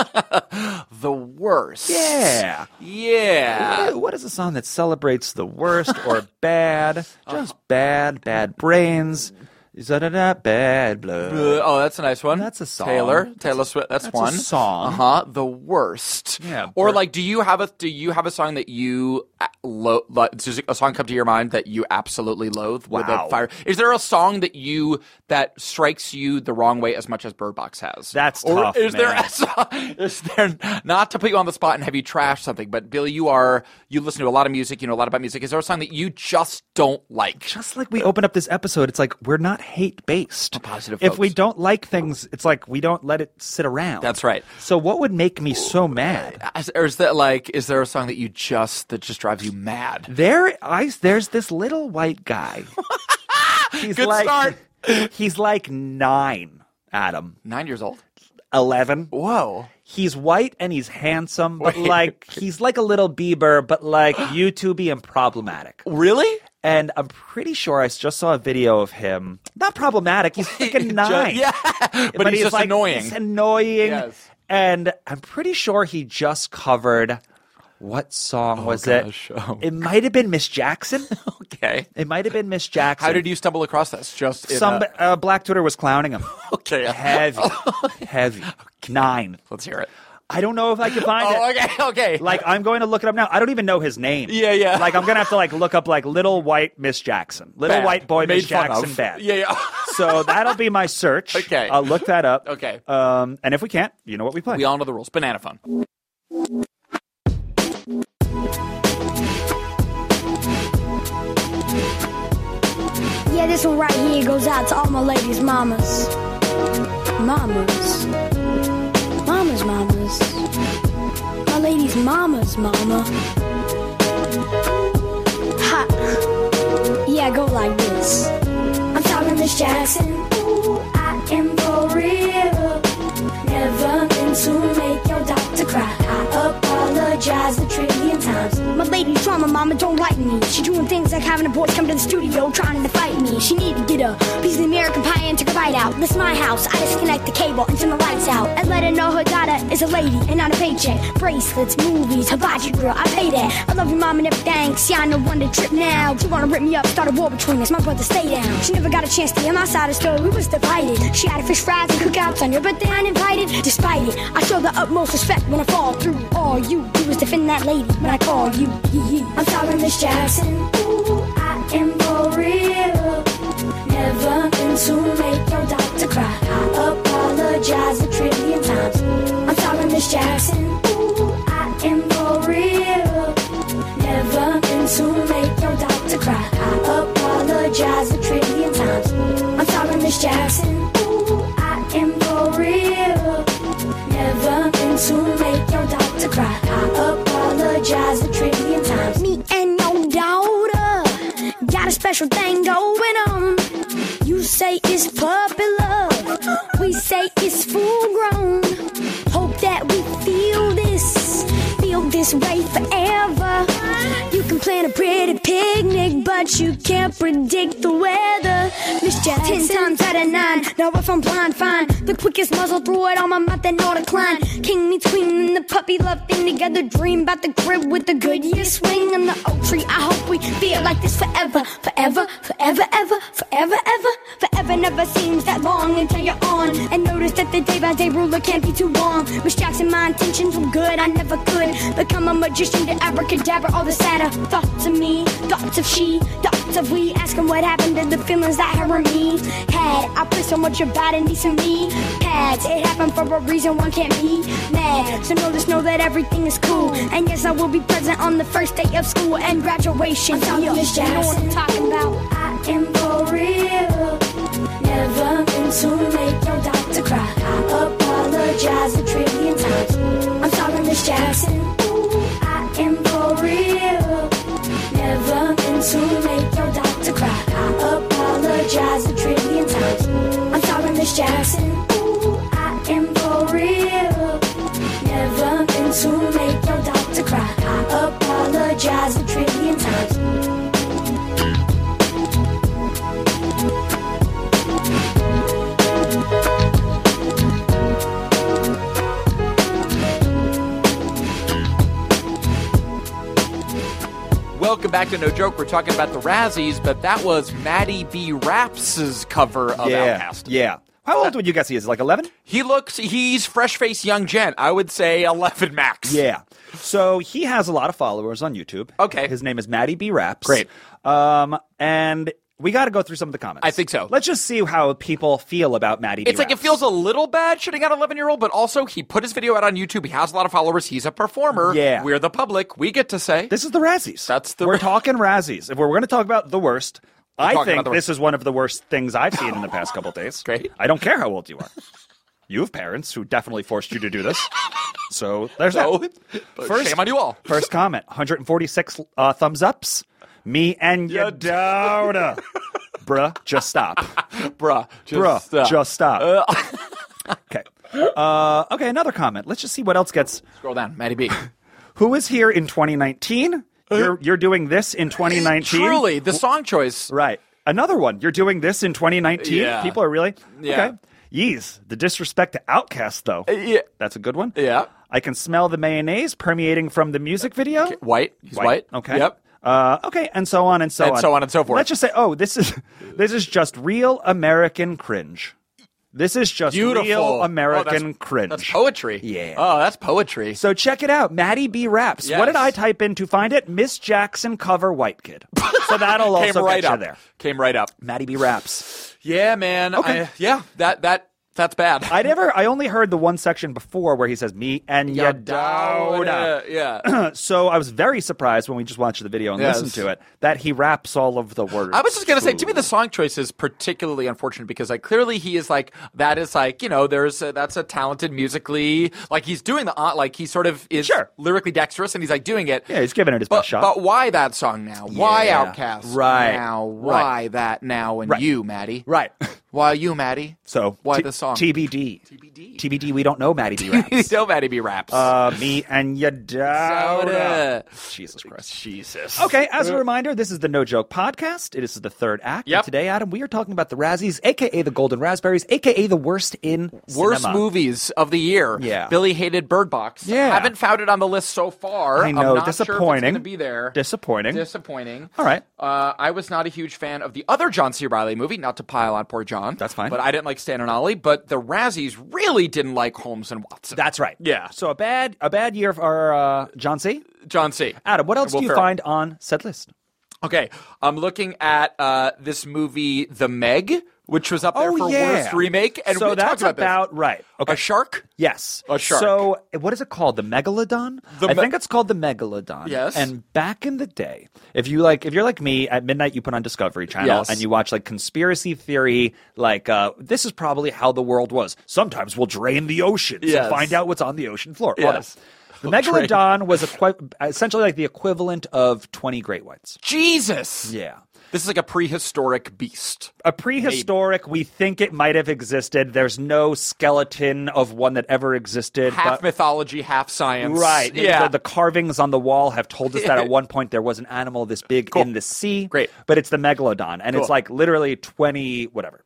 B: the worst.
C: yeah.
B: Yeah.
C: What- what is a song that celebrates the worst or bad? Just bad, bad brains. Da-da-da, bad blood.
B: Uh, oh, that's a nice one.
C: That's a song.
B: Taylor,
C: That's
B: Taylor Swift. That's,
C: that's a
B: one
C: song.
B: Uh huh. The worst.
C: Yeah,
B: Or
C: but-
B: like, do you have a do you have a song that you uh, lo- lo- does a song come to your mind that you absolutely loathe? With
C: Wow.
B: a fire. Is there a song that you that strikes you the wrong way as much as Bird Box has?
C: That's
B: or
C: tough,
B: Is there
C: man.
B: a song? Is there not to put you on the spot and have you trash something? But Billy, you are you listen to a lot of music. You know a lot about music. Is there a song that you just don't like?
C: just like we open up this episode, it's like we're not hate based.
B: positive
C: If
B: folks.
C: we don't like things, it's like we don't let it sit around.
B: That's right.
C: So what would make me so mad?
B: Is- Or is that like, is there a song that you just, that just drives you mad?
C: There, I there's this little white guy. he's
B: Good start.
C: He's like nine, Adam,
B: Nine years old.
C: eleven.
B: Whoa.
C: He's white and he's handsome, but
B: Wait.
C: like he's like a little Bieber, but like YouTubey and problematic.
B: Really?
C: And I'm pretty sure I just saw a video of him. Not problematic. He's freaking nine.
B: yeah. But, he's, just
C: like,
B: annoying.
C: He's annoying.
B: Yes.
C: And I'm pretty sure he just covered what song was
B: gosh.
C: it?
B: Oh,
C: it might have been Miss Jackson.
B: okay.
C: It might have been Miss Jackson.
B: How did you stumble across this? Just in
C: Some
B: a-
C: uh, Black Twitter was clowning him.
B: okay.
C: Heavy, heavy. Nine.
B: Let's hear it.
C: I don't know if I can find
B: Oh,
C: it.
B: okay. Okay.
C: Like I'm going to look it up now. I don't even know his name.
B: Yeah, yeah.
C: Like I'm gonna have to like look up like little white Miss Jackson, little
B: Bad.
C: white boy
B: Made
C: Miss
B: fun
C: Jackson
B: of.
C: bad.
B: Yeah. yeah.
C: So that'll be my search.
B: Okay.
C: I'll look that up.
B: Okay.
C: Um, and if we can't, you know what we play.
B: we all know the rules. Banana phone.
E: Yeah, this one right here goes out to all my ladies, mamas. Mamas. Mamas, mamas. My ladies, mamas, mama. Ha! Yeah, go like this. I'm talking Miss Jackson. Ooh, getting trauma, mama don't like me. She doing things like having the boys come to the studio trying to fight me. She need to get a piece of American pie and take a bite out. This my house, I disconnect the cable and turn the lights out. And let her know her daughter is a lady and not a paycheck. Bracelets, movies, hibachi grill, I pay that. I love your mom and everything, see I know one to trip now. She wanna rip me up, start a war between us, my brother stay down. She never got a chance to hear my side of the story, we was divided. She had fish fries and cookouts on your birthday uninvited. Despite it, I show the utmost respect when I fall through. All you do is defend that lady when I call you. yee, yee. I'm sorry, Miss Jackson. Ooh, I am for real. Never meant to make your doctor cry. I apologize a trillion times. I'm sorry, Miss Jackson. Ooh, I am for real. Never meant to make your doctor cry. I apologize a trillion times. I'm sorry, Miss Jackson. Ooh, I am for real. Never meant to make your doctor cry. I apologize a trillion times. Me and your daughter got a special thing going on. You say it's puppy love, we say it's full grown. Hope that we feel this, feel this way forever. You can plan a pretty picnic, but you can't predict the weather. Miss Jackson. Ten times out of nine. Now if I'm blind, fine. The quickest muzzle through it on my mouth and all decline. King meets queen and the puppy love thing together. Dream about the crib with the good year swing and the oak tree. I hope we feel like this forever, forever, forever, ever, forever, ever, forever. Never seems that long until you're on. And notice that the day by day ruler can't be too long. Miss Jackson, my intentions were good. I never could become a magician to abracadabra. All the sadder thoughts of me, thoughts of she, thoughts of we. Asking what happened to the feelings that her and me had. I put so much about it, need some me pads. It happened for a reason, one can't be mad. So know this, know that everything is cool. And yes, I will be present on the first day of school and graduation. I'm talking Miss Jackson. You know what I'm talking about. I am for real. Never meant to make your doctor cry. I apologize a trillion times. I'm sorry, Miss Jackson. Ooh, I am for real. Never meant to make your doctor cry. I apologize a trillion times. I'm sorry, Miss Jackson. Ooh, I am for real. Never meant to make your doctor cry. I apologize a trillion times.
B: Welcome back to No Joke. We're talking about the Razzies, but that was Maddie B. Raps' cover of
C: yeah,
B: Outcast.
C: yeah. How old would you guess he is? Like eleven?
B: He looks, he's fresh faced young gent. I would say 11 max.
C: Yeah. So he has a lot of followers on YouTube.
B: Okay.
C: His name is Maddie B Raps.
B: Great.
C: Um, and we got to go through some of the comments.
B: I think so.
C: Let's just see how people feel about Maddie. B.
B: It's like it
C: Raps.
B: feels a little bad shooting out an 11 year old, but also he put his video out on YouTube. He has a lot of followers. He's a performer.
C: Yeah.
B: We're the public. We get to say.
C: This is the Razzies.
B: That's the-
C: We're talking Razzies. If we're going to talk about the worst, I
B: talking
C: think
B: about the
C: this is one of the worst things I've seen in the past couple days.
B: Great.
C: I don't care how old you are. You have parents who definitely forced you to do this. So there's
B: So,
C: that.
B: but shame on you all.
C: First comment 146 uh, thumbs ups. Me and your daughter. Bruh, just stop.
B: Bruh. Just uh,
C: Bruh,
B: stop.
C: just stop. okay. Uh, okay, another comment. Let's just see what else gets.
B: Scroll down. Maddie B.
C: Who was here in 2019? You're, you're doing this in 2019.
B: Uh, eh, Truly, the song choice.
C: Right. Another one. You're doing this in 2019.
B: Yeah.
C: People are really
B: Yeah. Uh,
C: okay. Yeez, the disrespect to Outcast though.
B: yeah.
C: That's a good one.
B: Yeah.
C: I can smell the mayonnaise permeating from the music video.
B: White. He's white.
C: Okay.
B: Yep.
C: Uh, okay, and so on and so
B: And
C: on.
B: so on and so forth.
C: Let's just say, oh, this is this is just real American cringe. This is just
B: Beautiful.
C: real
B: Oh,
C: American
B: that's-
C: cringe.
B: That's poetry.
C: Yeah.
B: Oh, that's poetry.
C: So check it out, Maddie B raps. What did
B: Yes.
C: I type in to find it? Miss Jackson cover White Kid. So that'll
B: Came
C: also
B: right
C: get you
B: up.
C: there.
B: Came right up.
C: Maddie B raps.
B: Yeah, man.
C: Okay.
B: I, yeah, that that that's bad.
C: I never. I only heard the one section before where he says "me and ya daughter."
B: Yeah.
C: So I was very surprised when we just watched the video and
B: Yes.
C: listened to it that he raps all of the words.
B: I was just gonna say, to me, the song choice is particularly unfortunate because, like, clearly he is like that is like you know there's a, that's a talented musically like he's doing the uh, like he sort of is
C: Sure.
B: lyrically dexterous and he's like doing it.
C: Yeah, he's giving it his
B: but,
C: best shot.
B: But why that song now? Why
C: Yeah.
B: Outcast
C: Right.
B: now?
C: Right.
B: Why that now? And
C: Right.
B: you, Maddie?
C: right.
B: Why you, Maddie?
C: So
B: why
C: T-
B: the song?
C: TBD.
B: TBD.
C: TBD. We don't know Maddie B. Raps.
B: so Maddie B raps.
C: uh, me and your daughter.
B: Soda.
C: Jesus Christ.
B: Jesus.
C: Okay, as a reminder, this is the No Joke Podcast. It is the third act. And
B: Yep.
C: today, Adam, we are talking about the Razzies, aka the Golden Raspberries, aka the worst in
B: Worst
C: cinema.
B: movies of the year.
C: Yeah.
B: Billy hated Bird Box.
C: Yeah.
B: Haven't found it on the list so far.
C: I
B: I'm
C: know,
B: not Sure if it's
C: disappointing.
B: gonna be there.
C: Disappointing.
B: Disappointing.
C: All right.
B: Uh, I was not a huge fan of the other John C. Riley movie. Not to pile on poor John.
C: That's fine.
B: But I didn't like Stan and Ollie. But the Razzies really didn't like Holmes and Watson.
C: That's right.
B: Yeah.
C: So a bad, a bad year for uh, John C.
B: John C.
C: Adam, what else
B: Will
C: do you
B: Ferrell.
C: find on set list?
B: Okay, I'm looking at uh, this movie, The Meg, which was up there for worst remake, and
C: Oh, so
B: we
C: that's
B: talked about, this.
C: about right. Okay.
B: a shark.
C: Yes.
B: A shark.
C: So what is it called? The megalodon?
B: The
C: I
B: me-
C: think it's called the megalodon.
B: Yes.
C: And back in the day, if you like if you're like me, at midnight you put on Discovery Channel
B: Yes.
C: and you watch like conspiracy theory, like uh, this is probably how the world was. Sometimes we'll drain the oceans
B: Yes.
C: and find out what's on the ocean floor. All
B: Yes.
C: that. The megalodon was equi- essentially like the equivalent of 20 great whites.
B: Jesus.
C: Yeah.
B: This is like a prehistoric beast.
C: A prehistoric, we think it might have existed. There's no skeleton of one that ever existed.
B: Half
C: but-
B: mythology, half science.
C: Right.
B: Yeah.
C: The, the carvings on the wall have told us that at one point there was an animal this big in the sea.
B: Great.
C: But it's the megalodon, and
B: Cool.
C: it's like literally 20, whatever.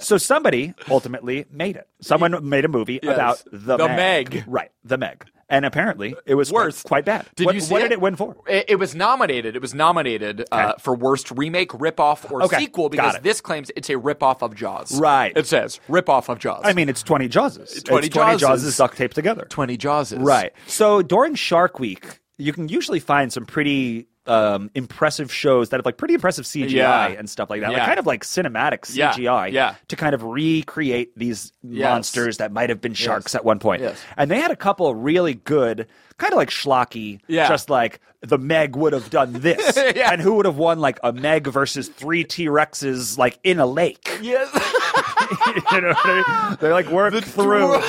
C: so somebody ultimately made it. Someone made a movie
B: Yes.
C: about the,
B: The
C: Meg.
B: Meg.
C: Right. The Meg. And apparently it was quite-
B: Worst.
C: Quite, bad.
B: Did
C: what
B: you see
C: what
B: it?
C: did it win for?
B: It, it was nominated. It was nominated uh,
C: Okay.
B: for worst remake, ripoff, or
C: Okay,
B: sequel
C: got
B: because
C: it.
B: this claims it's a ripoff of Jaws.
C: Right.
B: It says ripoff of Jaws.
C: I mean, it's 20 Jawses.
B: 20
C: it's
B: Jawses.
C: 20 Jawses duct taped together.
B: twenty Jawses.
C: Right. So during Shark Week, you can usually find some pretty um, impressive shows that have like pretty impressive CGI
B: Yeah.
C: and stuff like that,
B: Yeah.
C: like kind of like cinematic
B: Yeah.
C: CGI
B: Yeah.
C: to kind of recreate these
B: Yes.
C: monsters that might have been sharks at one point.
B: Yes.
C: And they had a couple really good, kind of like schlocky,
B: Yeah.
C: just like the Meg would have done this,
B: Yeah.
C: and who would have won like a Meg versus three T Rexes like in a lake
B: Yes.
C: you know what I mean? They like work through.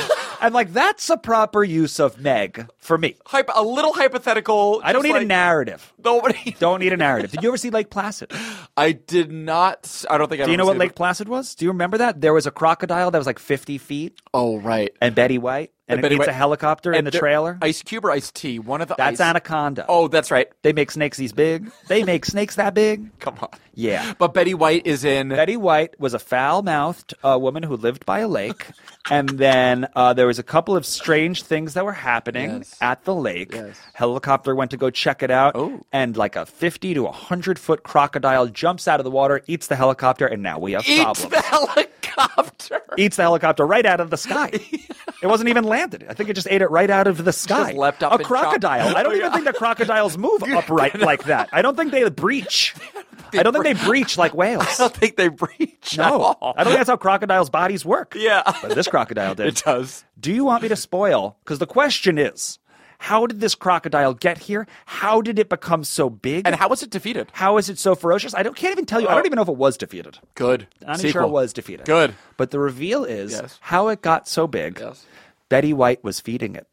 C: and like that's a proper use of Meg for me.
B: Hypo- a little hypothetical.
C: I don't
B: just
C: need a
B: like-
C: narrative.
B: Nobody.
C: Don't need a narrative. Did you ever see Lake Placid? Do
B: I did not. I don't think I.
C: you know what Lake Placid was? Do you remember that? There was a crocodile that was like 50 feet
B: Oh right.
C: and Betty White and,
B: Betty
C: it
B: White-
C: eats a helicopter in
B: And
C: the
B: there-
C: trailer.
B: Ice Cube or Ice T. One of the.
C: that's
B: ice-
C: Anaconda.
B: Oh, that's right.
C: They make snakes these big. They make snakes that big.
B: Come on.
C: Yeah.
B: But Betty White is in.
C: Betty White was a foul-mouthed uh, woman who lived by a lake, and then uh, there was a couple of strange things that were happening
B: Yes.
C: at the lake.
B: Yes.
C: Helicopter went to go check it out,
B: Oh.
C: and like a fifty to hundred foot crocodile jumps out of the water, eats the helicopter, and now we have
B: eats
C: problems.
B: the helicopter.
C: Eats the helicopter right out of the sky. it wasn't even landed. I think it just ate it right out of the sky.
B: leapt up
C: a
B: and
C: crocodile.
B: chopped-
C: I don't even think the crocodiles move upright like that. I don't think they breach. I don't think they breach like whales.
B: I don't think they breach at
C: No,
B: all.
C: I don't think that's how crocodiles' bodies work.
B: Yeah.
C: but this crocodile did.
B: It does.
C: Do you want me to spoil? Because the question is, how did this crocodile get here? How did it become so big?
B: And how Oh. was it defeated?
C: how is it so ferocious? I don't, can't even tell you. I don't even know if it was defeated.
B: Good.
C: I'm
B: Sequel.
C: sure it was defeated.
B: Good.
C: But the reveal is
B: Yes.
C: how it got so big.
B: Yes.
C: Betty White was feeding it.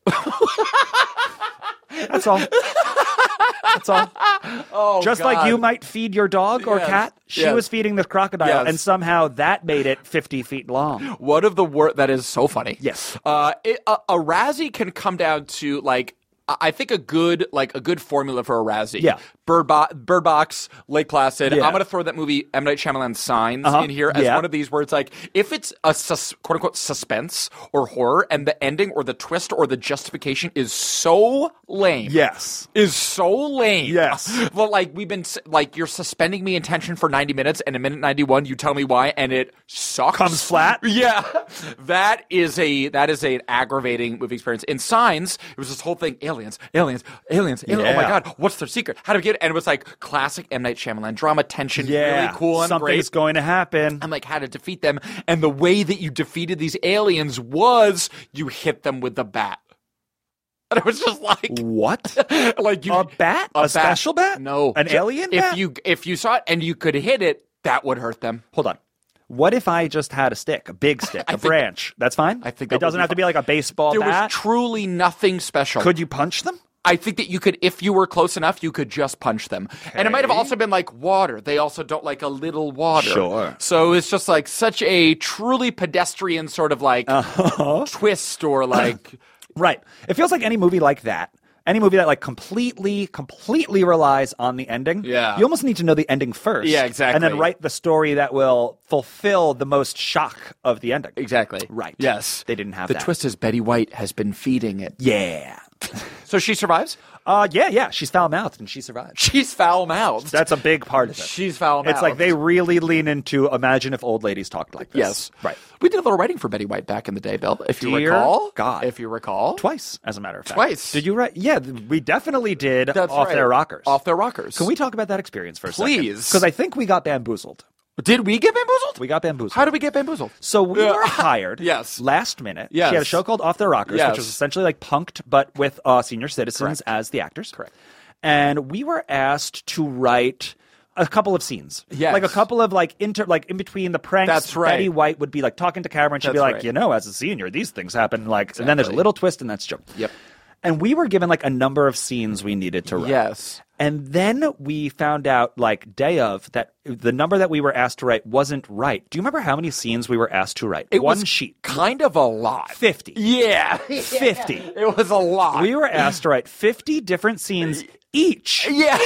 C: That's all. That's all.
B: Oh,
C: Just
B: God.
C: like you might feed your dog or
B: Yes.
C: cat, she
B: Yes.
C: was feeding the crocodile,
B: Yes.
C: and somehow that made it 50 feet long.
B: One of the word that is so funny.
C: Yes.
B: Uh, it, a, a Razzie can come down to like. I- I think a good like a good formula for a Razzie.
C: Yeah.
B: Bird, Bo- Bird Box, Lake Placid.
C: Yeah.
B: I'm gonna throw that movie M Night Shyamalan Signs
C: Uh-huh.
B: in here as
C: Yeah.
B: one of these words. Like if it's a sus- quote unquote suspense or horror, and the ending or the twist or the justification is so lame.
C: Yes.
B: Is so lame.
C: Yes.
B: Well, like we've been s- like you're suspending me in tension for 90 minutes, and in minute 91 you tell me why, and it sucks.
C: Comes flat?
B: Yeah, that is a that is an aggravating movie experience. In Signs, it was this whole thing: aliens, aliens, aliens. aliens. Oh my
C: Yeah.
B: god, what's their secret? How do we get? It? And it was like classic M Night Shyamalan drama tension,
C: Yeah.
B: really cool and
C: Something's
B: great.
C: going to happen.
B: I'm like how to defeat them, and the way that you defeated these aliens was you hit them with the bat, and it was just like
C: what?
B: like you
C: A bat? A special bat?
B: No,
C: An
B: Ju-
C: alien
B: If
C: bat?
B: you if you saw it and you could hit it, that would hurt them.
C: Hold on. What if I just had a stick, a big stick, a
B: think-
C: branch? That's fine.
B: I think that
C: it
B: would
C: doesn't
B: be
C: have to
B: fine.
C: be like a baseball
B: There
C: bat.
B: was truly nothing special.
C: Could you punch them?
B: I think that you could, if you were close enough, you could just punch them. And it might have also been like water. They also don't like a little water.
C: Sure.
B: So it's just like such a truly pedestrian sort of like
C: Uh-huh.
B: twist or like.
C: Right. It feels like any movie like that. Any movie that like completely, completely relies on the ending.
B: Yeah.
C: You almost need to know the ending first.
B: Yeah,
C: And
B: exactly.
C: then write the story that will fulfill the most shock of the ending.
B: Exactly.
C: Right.
B: Yes.
C: They didn't have
B: the
C: that.
B: twist is Betty White has been feeding it.
C: Yeah.
B: So she survives?
C: Uh, yeah, yeah. She's foul mouthed and she survives.
B: She's foul mouthed.
C: That's a big part of it.
B: She's foul mouthed.
C: It's like they really lean into imagine if old ladies talked like this.
B: Yes.
C: Right.
B: We did a little writing for Betty White back in the day, Bill, if you
C: Dear
B: recall.
C: God.
B: If you recall.
C: Twice, as a matter of fact.
B: Twice.
C: Did you write? Yeah, th- we definitely did
B: That's
C: off
B: right.
C: their rockers.
B: Off their rockers.
C: Can we talk about that experience for a second?
B: Please.
C: Because I think we got bamboozled.
B: Did we get bamboozled?
C: We got bamboozled.
B: How did we get bamboozled?
C: So we
B: Yeah.
C: were hired.
B: Yes.
C: Last minute.
B: Yes.
C: She had a show called Off the Rockers,
B: Yes.
C: which was essentially like punked, but with uh, senior citizens as the actors.
B: Correct.
C: And we were asked to write a couple of scenes.
B: Yes.
C: Like a couple of like inter like in between the pranks.
B: That's right.
C: Betty White would be like talking to Cameron. She'd be
B: That's
C: like,
B: right.
C: you know, as a senior, these things happen. Like and then there's a
B: Exactly.
C: little twist and that's joke.
B: Yep.
C: And we were given like a number of scenes we needed to write.
B: Yes.
C: And then we found out, like day of, that the number that we were asked to write wasn't right. Do you remember how many scenes we were asked to write?
B: It
C: One
B: was
C: sheet,
B: Kind of a lot.
C: fifty.
B: Yeah.
C: Fifty.
B: It was a lot.
C: We were asked to write fifty different scenes each
B: yeah.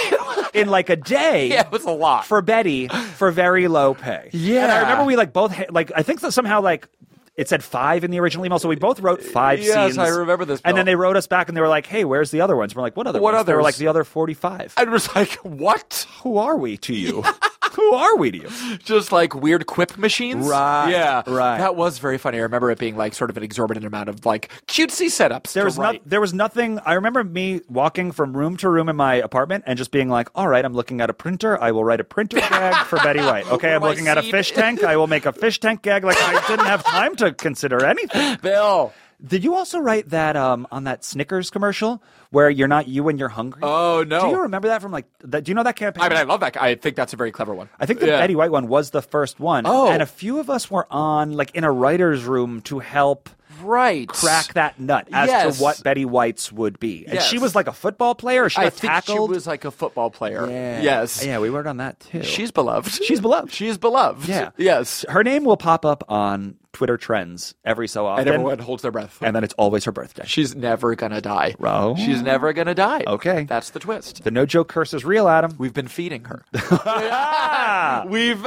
C: in like a day.
B: yeah, it was a lot.
C: for Betty for very low pay.
B: Yeah.
C: and I remember we like both ha- like I think that somehow like. It said five in the original email, so we both wrote five
B: Yes,
C: scenes.
B: I remember this,
C: And then
B: Bill.
C: they wrote us back, and they were like, "Hey, where's the other ones?" we're like, "What other
B: What
C: ones?" They were
B: others?
C: like, "The other forty-five.
B: I was like, what?
C: Who are we to you? Who are we to you?
B: Just like weird quip machines?
C: Right,
B: Yeah.
C: right.
B: That was very funny. I remember it being like sort of an exorbitant amount of like cutesy setups.
C: There
B: to
C: was
B: write.
C: not, there was nothing. I remember me walking from room to room in my apartment and just being like, "All right, I'm looking at a printer. I will write a printer gag for Betty White. Okay, I'm
B: My
C: looking at a
B: seed.
C: fish tank. I will make a fish tank gag. Like I didn't have time to consider anything.
B: Bill.
C: Did you also write that um, on that Snickers commercial where you're not you when you're hungry?
B: Oh, no.
C: Do you remember that from like? That, do you know that campaign?
B: I mean, I love that. I think that's a very clever one.
C: I think the
B: Yeah.
C: Betty White one was the first one.
B: Oh.
C: and a few of us were on like in a writer's room to help.
B: right
C: crack that nut as
B: Yes.
C: to what Betty White's would be. And
B: Yes.
C: she was like a football player. She
B: I
C: was
B: think
C: tackled.
B: she was like a football player. Yes.
C: Yeah, we worked on that too.
B: She's beloved.
C: She's beloved.
B: She is beloved.
C: Yeah.
B: Yes.
C: her name will pop up on Twitter trends every so often.
B: And everyone holds their breath.
C: and then it's always her birthday.
B: She's never gonna die.
C: Ro-
B: She's never gonna die.
C: Okay.
B: That's the twist.
C: The no joke curse is real, Adam.
B: We've been feeding her.
C: Ah,
B: We've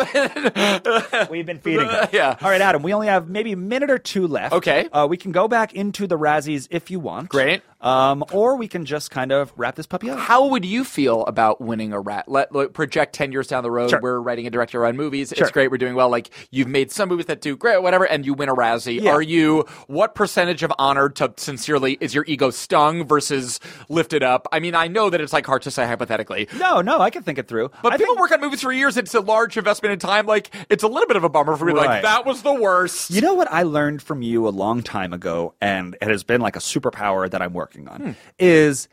C: we've been feeding her.
B: Yeah.
C: All right, Adam. We only have maybe a minute or two left.
B: Okay.
C: Uh, we can go back into the Razzies if you want.
B: Great.
C: Um, or we can just kind of wrap this puppy up.
B: How would you feel about winning a rat? Let, let- project ten years down the road.
C: Sure.
B: We're writing and directing our own movies.
C: Sure.
B: It's great. We're doing well. Like you've made some movies that do great, whatever, and you win a Razzie.
C: Yeah.
B: Are you what percentage of honor to sincerely is your ego stung versus lifted up? I mean, I know that it's like hard to say hypothetically,
C: No, no, I can think it through.
B: But
C: I
B: people
C: think-
B: work on movies for years. It's a large investment in time. Like it's a little bit of a bummer for me.
C: Right.
B: Like that was the worst.
C: You know what I learned from you a long time ago, and it has been like a superpower that I'm working
B: Hmm.
C: on, is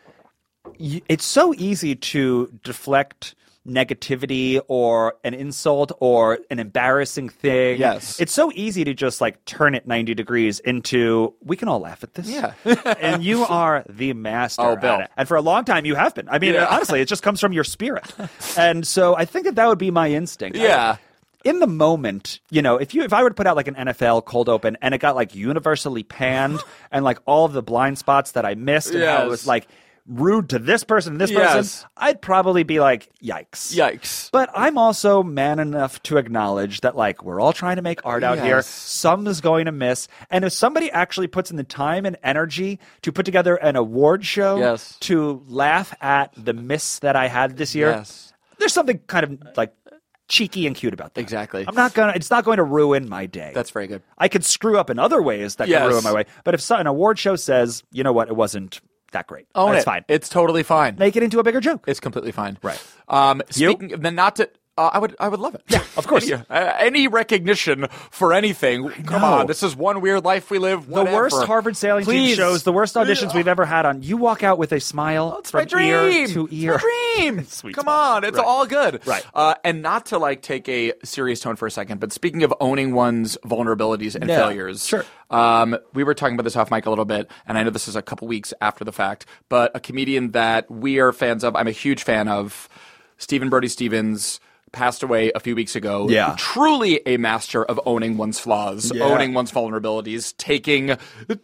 C: y it's so easy to deflect negativity or an insult or an embarrassing thing.
B: Yes.
C: It's so easy to just like turn it 90 degrees into, we can all laugh at this.
B: Yeah.
C: and you are the master.
B: Oh,
C: at
B: Bill.
C: it. And for a long time, you have been. I mean,
B: Yeah.
C: honestly, it just comes from your spirit. and so I think that that would be my instinct. I-
B: Yeah.
C: in the moment, you know, if you if I were to put out like an NFL cold open and it got like universally panned and like all of the blind spots that I missed and how it
B: Yes.
C: was like rude to this person and this
B: Yes.
C: person, I'd probably be like, yikes.
B: Yikes.
C: But I'm also man enough to acknowledge that like we're all trying to make art out here.
B: Yes.
C: Some is going to miss. And if somebody actually puts in the time and energy to put together an award show
B: Yes.
C: to laugh at the miss that I had this year,
B: Yes.
C: there's something kind of like cheeky and cute about that.
B: Exactly.
C: I'm not gonna it's not going to ruin my day.
B: That's very good.
C: I could screw up in other ways that
B: Yes.
C: could ruin my way. But if so, an award show says, you know what, it wasn't that great.
B: Own
C: That's
B: it.
C: fine.
B: It's totally fine.
C: Make it into a bigger joke.
B: It's completely fine.
C: Right.
B: Um,
C: You?
B: speaking of then not to uh, I would I would love it. Yeah,
C: of course.
B: Any, uh, any recognition for anything. Come
C: know.
B: on, this is one weird life we live.
C: The worst
B: whatever.
C: Harvard sailing team
B: Please.
C: shows, the worst auditions we've ever had on. You walk out with a smile
B: It's
C: from
B: my dream.
C: ear to ear.
B: It's my dream.
C: Sweet
B: Come
C: spot.
B: on, it's
C: Right.
B: all good.
C: Right.
B: Uh, and not to like take a serious tone for a second, but speaking of owning one's vulnerabilities and
C: Yeah,
B: failures,
C: sure.
B: Um, we were talking about this off mic a little bit, and I know this is a couple weeks after the fact, but a comedian that we are fans of, I'm a huge fan of, Stephen Brody Stevens. Passed away a few weeks ago.
C: Yeah.
B: Truly a master of owning one's flaws,
C: Yeah.
B: owning one's vulnerabilities, taking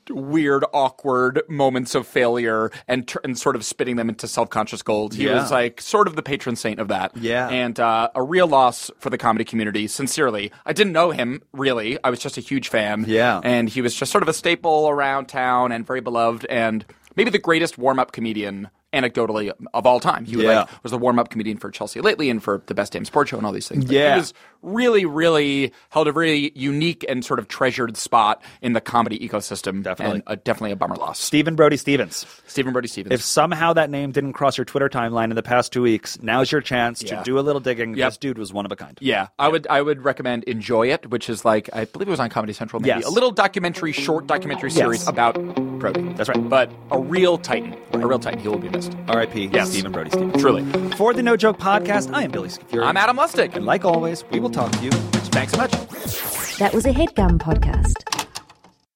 B: weird, awkward moments of failure and tr- and sort of spitting them into self conscious gold. He
C: Yeah.
B: was like sort of the patron saint of that.
C: Yeah.
B: and uh, a real loss for the comedy community. Sincerely, I didn't know him really. I was just a huge fan.
C: Yeah.
B: and he was just sort of a staple around town and very beloved and maybe the greatest warm up comedian. Anecdotally, of all time, he
C: Yeah.
B: like, was the warm-up comedian for Chelsea lately and for the Best Damn Sports Show and all these things. Like,
C: Yeah.
B: he was really, really held a really unique and sort of treasured spot in the comedy ecosystem.
C: Definitely.
B: and a, definitely a bummer loss.
C: Stephen Brody Stevens.
B: Stephen Brody
C: If
B: Stevens.
C: somehow that name didn't cross your Twitter timeline in the past two weeks, now's your chance
B: Yeah.
C: to do a little digging.
B: Yep.
C: This dude was one of a kind.
B: yeah, I would I would recommend Enjoy It, which is like I believe it was on Comedy Central, maybe
C: Yes.
B: a little documentary, short documentary series about Brody.
C: That's right.
B: but a real titan, a real titan. He will be missed,
C: R.I.P.
B: Yes.
C: Stephen Brody Stevens.
B: truly.
C: For the No Joke Podcast, I am Billy Scafuri.
B: I'm Adam Lustig.
C: And like always, we will talk to you
B: Thanks so much.
A: That was a headgum podcast.